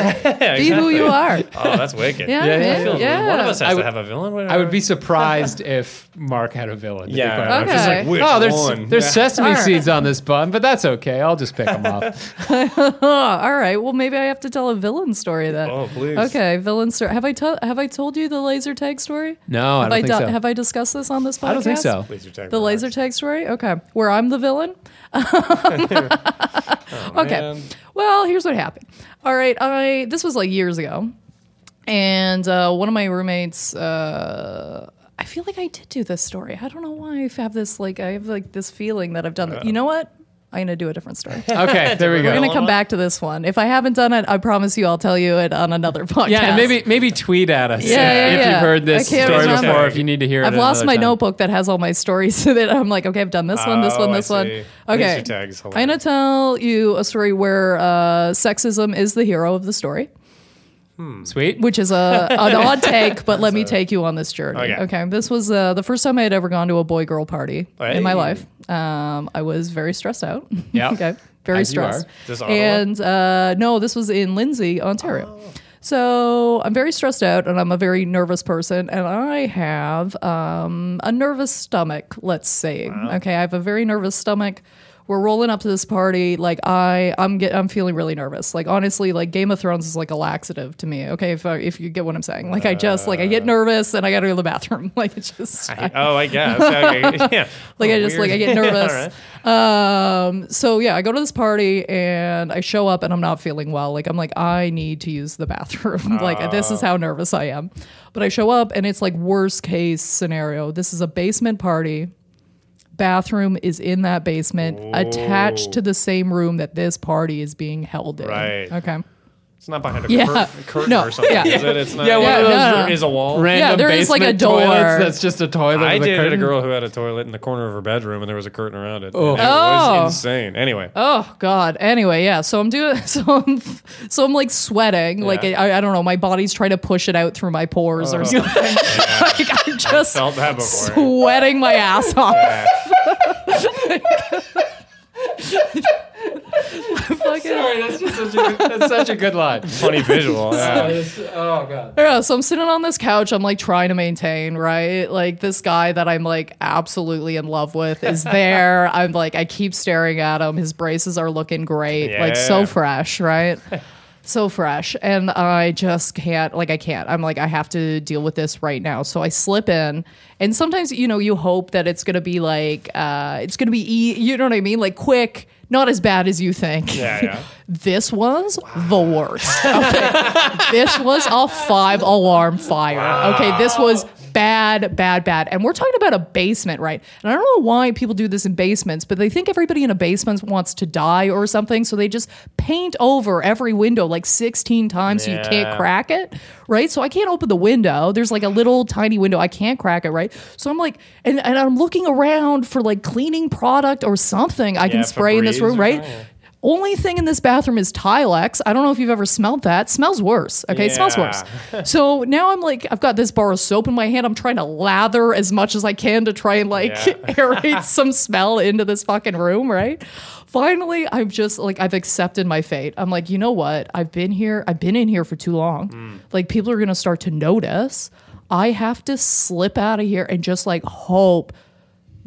Be who
Yeah, exactly.
you are.
Oh, that's wicked.
Yeah,
Yeah,
man.
I feel
yeah.
One of us has
I
to
would-
have a villain.
I would be surprised if Mark had a villain. to be quite
Yeah.
honest.
I'm just
Okay.
like, which
Oh, there's
one?
there's sesame
Alright.
seeds on this bun, but that's okay. I'll just pick them up.
Huh, Uh, all right. Well, maybe I have to tell a villain story then.
Oh, please.
Okay, villain story. Have I to- have I told you the laser tag story?
No,
Have
I don't think
do-
so.
Have I discussed this on this podcast?
I don't think so.
Laser tag
The laser tag story? Okay. Where I'm the villain? okay.
Oh, man.
Well, here's what happened. All right. I this was like years ago, and uh, one of my roommates. Uh, I feel like I did do this story. I don't know why I have this like I have like this feeling that I've done.
Uh.
This. You know what? I'm gonna do a different story.
Okay, there we
We're
go.
gonna come back to this one. If I haven't done it, I promise you, I'll tell you it on another podcast.
Yeah, and maybe maybe tweet at us
Yeah,
if,
yeah,
if
yeah.
you've heard this
I can't
story
remember.
before. If you need to hear it,
I've lost
another
my
time.
notebook that has all my stories in it. I'm like, okay, I've done this one, this one,
Oh, I
this one.
see.
Okay,
Laser tag's
I'm gonna tell you a story where uh, sexism is the hero of the story,
Sweet.
which is a an odd take, but let me take you on this journey.
Okay.
this was uh, the first time I had ever gone to a boy girl party in my
Hey.
life. Um, I was very stressed out.
Yeah.
okay, very
As you are.
stressed.
This Ottawa?
And uh, no, this was in Lindsay, Ontario. So I'm very stressed out, and I'm a very nervous person, and I have um, a nervous stomach. Let's say, okay, I have a very nervous stomach. We're rolling up to this party, like I, I'm get, I'm feeling really nervous. Like honestly, like Game of Thrones is like a laxative to me. Okay, if I, if you get what I'm saying, like I just like I get nervous and I got to go to the bathroom. Like it's just
Oh, I guess. Okay. Yeah.
like
Oh,
I just
weird.
like I get
Yeah, all
nervous.
right.
Um so yeah, I go to this party and I show up and I'm not feeling well. Like I'm like I need to use the bathroom. like this
Oh.
is how nervous I am. But I show up and it's like worst case scenario. This is a basement party. Bathroom is in that basement attached to the same room that this party is being held in.
Right.
Okay.
It's not behind a
Yeah.
cur- curtain
No,
or something.
yeah.
Is it? It's not.
Yeah, one
of Yeah, those- uh, no, no.
There is a wall.
Random
there is, like, a
basement toilets
door.
That's just a toilet.
I
with a
dated a
curtain.
girl who had a toilet in the corner of her bedroom, and there was a curtain around it. Oh, it
Oh.
was insane. Anyway,
Oh God. Anyway, yeah. So I'm doing. So I'm. So I'm like sweating. Like
Yeah. Oh.
I, I don't know. My body's trying to push it out through my pores or something. like I'm just
felt that before.
sweating my ass off. Fucking-
Sorry, that's just such a good, that's such a good line.
Funny visual. yeah.
oh god.
Yeah, so I'm sitting on this couch. I'm like trying to maintain, right? Like this guy that I'm like absolutely in love with is there. I'm like, I keep staring at him. His braces are looking great, like so
Yeah.
fresh, right? so fresh. And I just can't, like, I can't. I'm like, I have to deal with this right now. So I slip in. And sometimes, you know, you hope that it's going to be like, uh, it's going to be, e- you know what I mean? Like quick, not as bad as you think
Yeah, yeah.
this was the worst. Okay. this was a five alarm fire. Okay, this was bad, bad, bad. And we're talking about a basement, right? And I don't know why people do this in basements, but they think everybody in a basement wants to die or something, so they just paint over every window like 16 times so you can't
Yeah.
crack it, right? So I can't open the window. There's like a little tiny window. I can't crack it, right? So I'm like, and, and I'm looking around for like cleaning product or something I can
Yeah,
spray in this
Febreze
room,
or
right?
something, yeah.
Only thing in this bathroom is Tilex. I don't know if you've ever smelled that. Smells worse. Okay, it smells worse. so now I'm like, I've got this bar of soap in my hand. I'm trying to lather as much as I can to try and like
Yeah.
aerate some smell into this fucking room, right? Finally, I'm just like, I've accepted my fate. I'm like, you know what? I've been here, I've been in here for too long. Like, people are gonna start to notice. I have to slip out of here and just like hope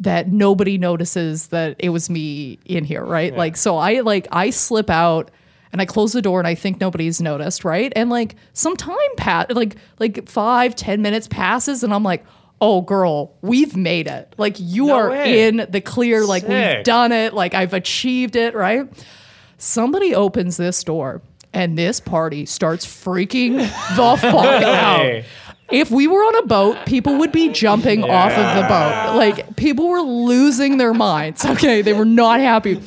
that nobody notices that it was me in here, right? Like so I like I slip out and I close the door and I think nobody's noticed, right? And like some time pass like like five, ten minutes passes and I'm like, oh girl, we've made it. Like you
No
are
way.
in the clear, like we've
Sick.
done it, like I've achieved it, right? Somebody opens this door and this party starts freaking the fuck out
Hey.
if we were on a boat, people would be jumping off of the boat. Like people were losing their minds. Okay, they were not happy.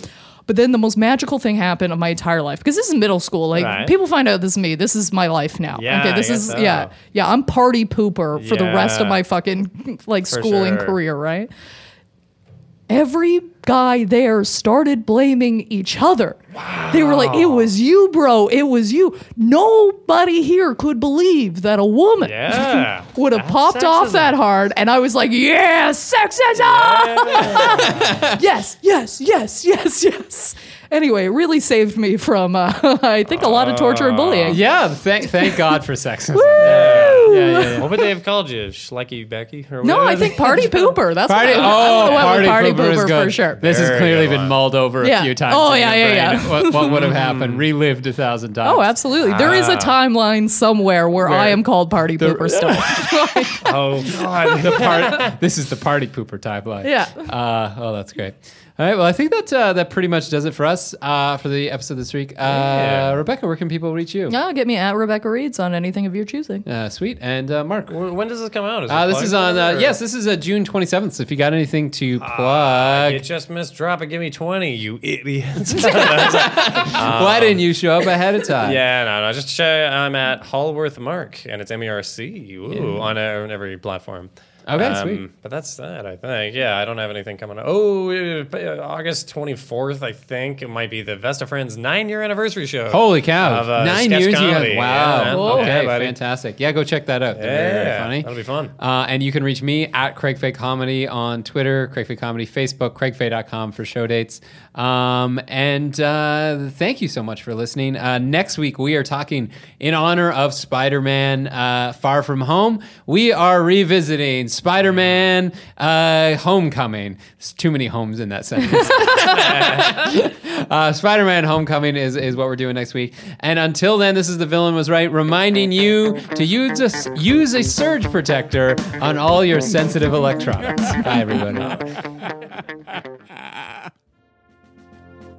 But then the most magical thing happened of my entire life because this is middle school. Like
Right.
people find out this is me. This is my life now.
Yeah,
okay,
I
this
guess
is
so.
yeah, yeah. I'm party pooper for the rest of
Yeah.
my fucking like schooling
sure.
career. Right. every guy there started blaming each other. They were like,
Oh.
it was you, bro. It was you. Nobody here could believe that a woman
Yeah.
would have popped off
sexism.
that hard. And I was like, yeah, sexism. yes, yes, yes, yes, yes. Anyway, it really saved me from, uh, I think, a lot of torture and bullying.
Oh. Yeah, thank thank God for sexism.
Yeah, yeah, yeah. What would they have called you? Schlecky Becky? Or
No,
whatever
I
they-
think party pooper. That's
Party,
what
oh,
I, I would've
party,
went with
pooper is good.
for sure.
This has
Very
clearly
good
been
one.
mulled over
Yeah.
a few times.
Oh,
in
yeah,
your
yeah,
brain.
yeah.
What, what would have
Hmm.
happened? Relived a thousand times.
Oh, absolutely. There is
Ah.
a timeline somewhere where I am called party pooper still.
Oh, God.
The part, this is the party pooper timeline.
Yeah.
Uh, oh, that's great. All right. Well, I think that uh, that pretty much does it for us uh, for the episode this week. Uh,
Yeah.
Rebecca, where can people reach you?
No, get me at Rebecca Reeds on anything of your choosing.
Uh, sweet. And uh, Mark.
When when does this come out? Is
Uh,
it
this
plugged
is on, uh,
or-
yes, this is uh, June 27th. So if you got anything to
You
plug,
just missed drop and give me 20, you idiots.
why didn't you show up ahead of time?
Yeah, no, no. Just check. I'm at Hallworth Mark, and it's M E R C. Ooh, on, uh, on every platform. Um,
Okay, sweet.
But that's that, I think. Yeah, I don't have anything coming up. Oh, uh, August 24th, I think, it might be the Vesta Friends nine year anniversary show.
Holy cow!
Of, uh,
Nine
sketch
years, you
comedy.
guys- wow.
Yeah, man.
okay,
Yeah, buddy.
fantastic. Yeah, go check that out. They're very, very
Yeah,
funny.
that'll be fun.
Uh, and you can reach me at Craig Fay Comedy on Twitter, Craig Fay Comedy, Facebook, CraigFay.com for show dates. Um, and uh, thank you so much for listening. Uh, next week we are talking in honor of Spider-Man: uh, Far From Home. We are revisiting Spider-Man: uh, Homecoming. There's too many homes in that sentence. Uh, Spider-Man: Homecoming is is what we're doing next week. And until then, this is the villain was right, reminding you to use a, use a surge protector on all your sensitive electronics. Bye, everybody.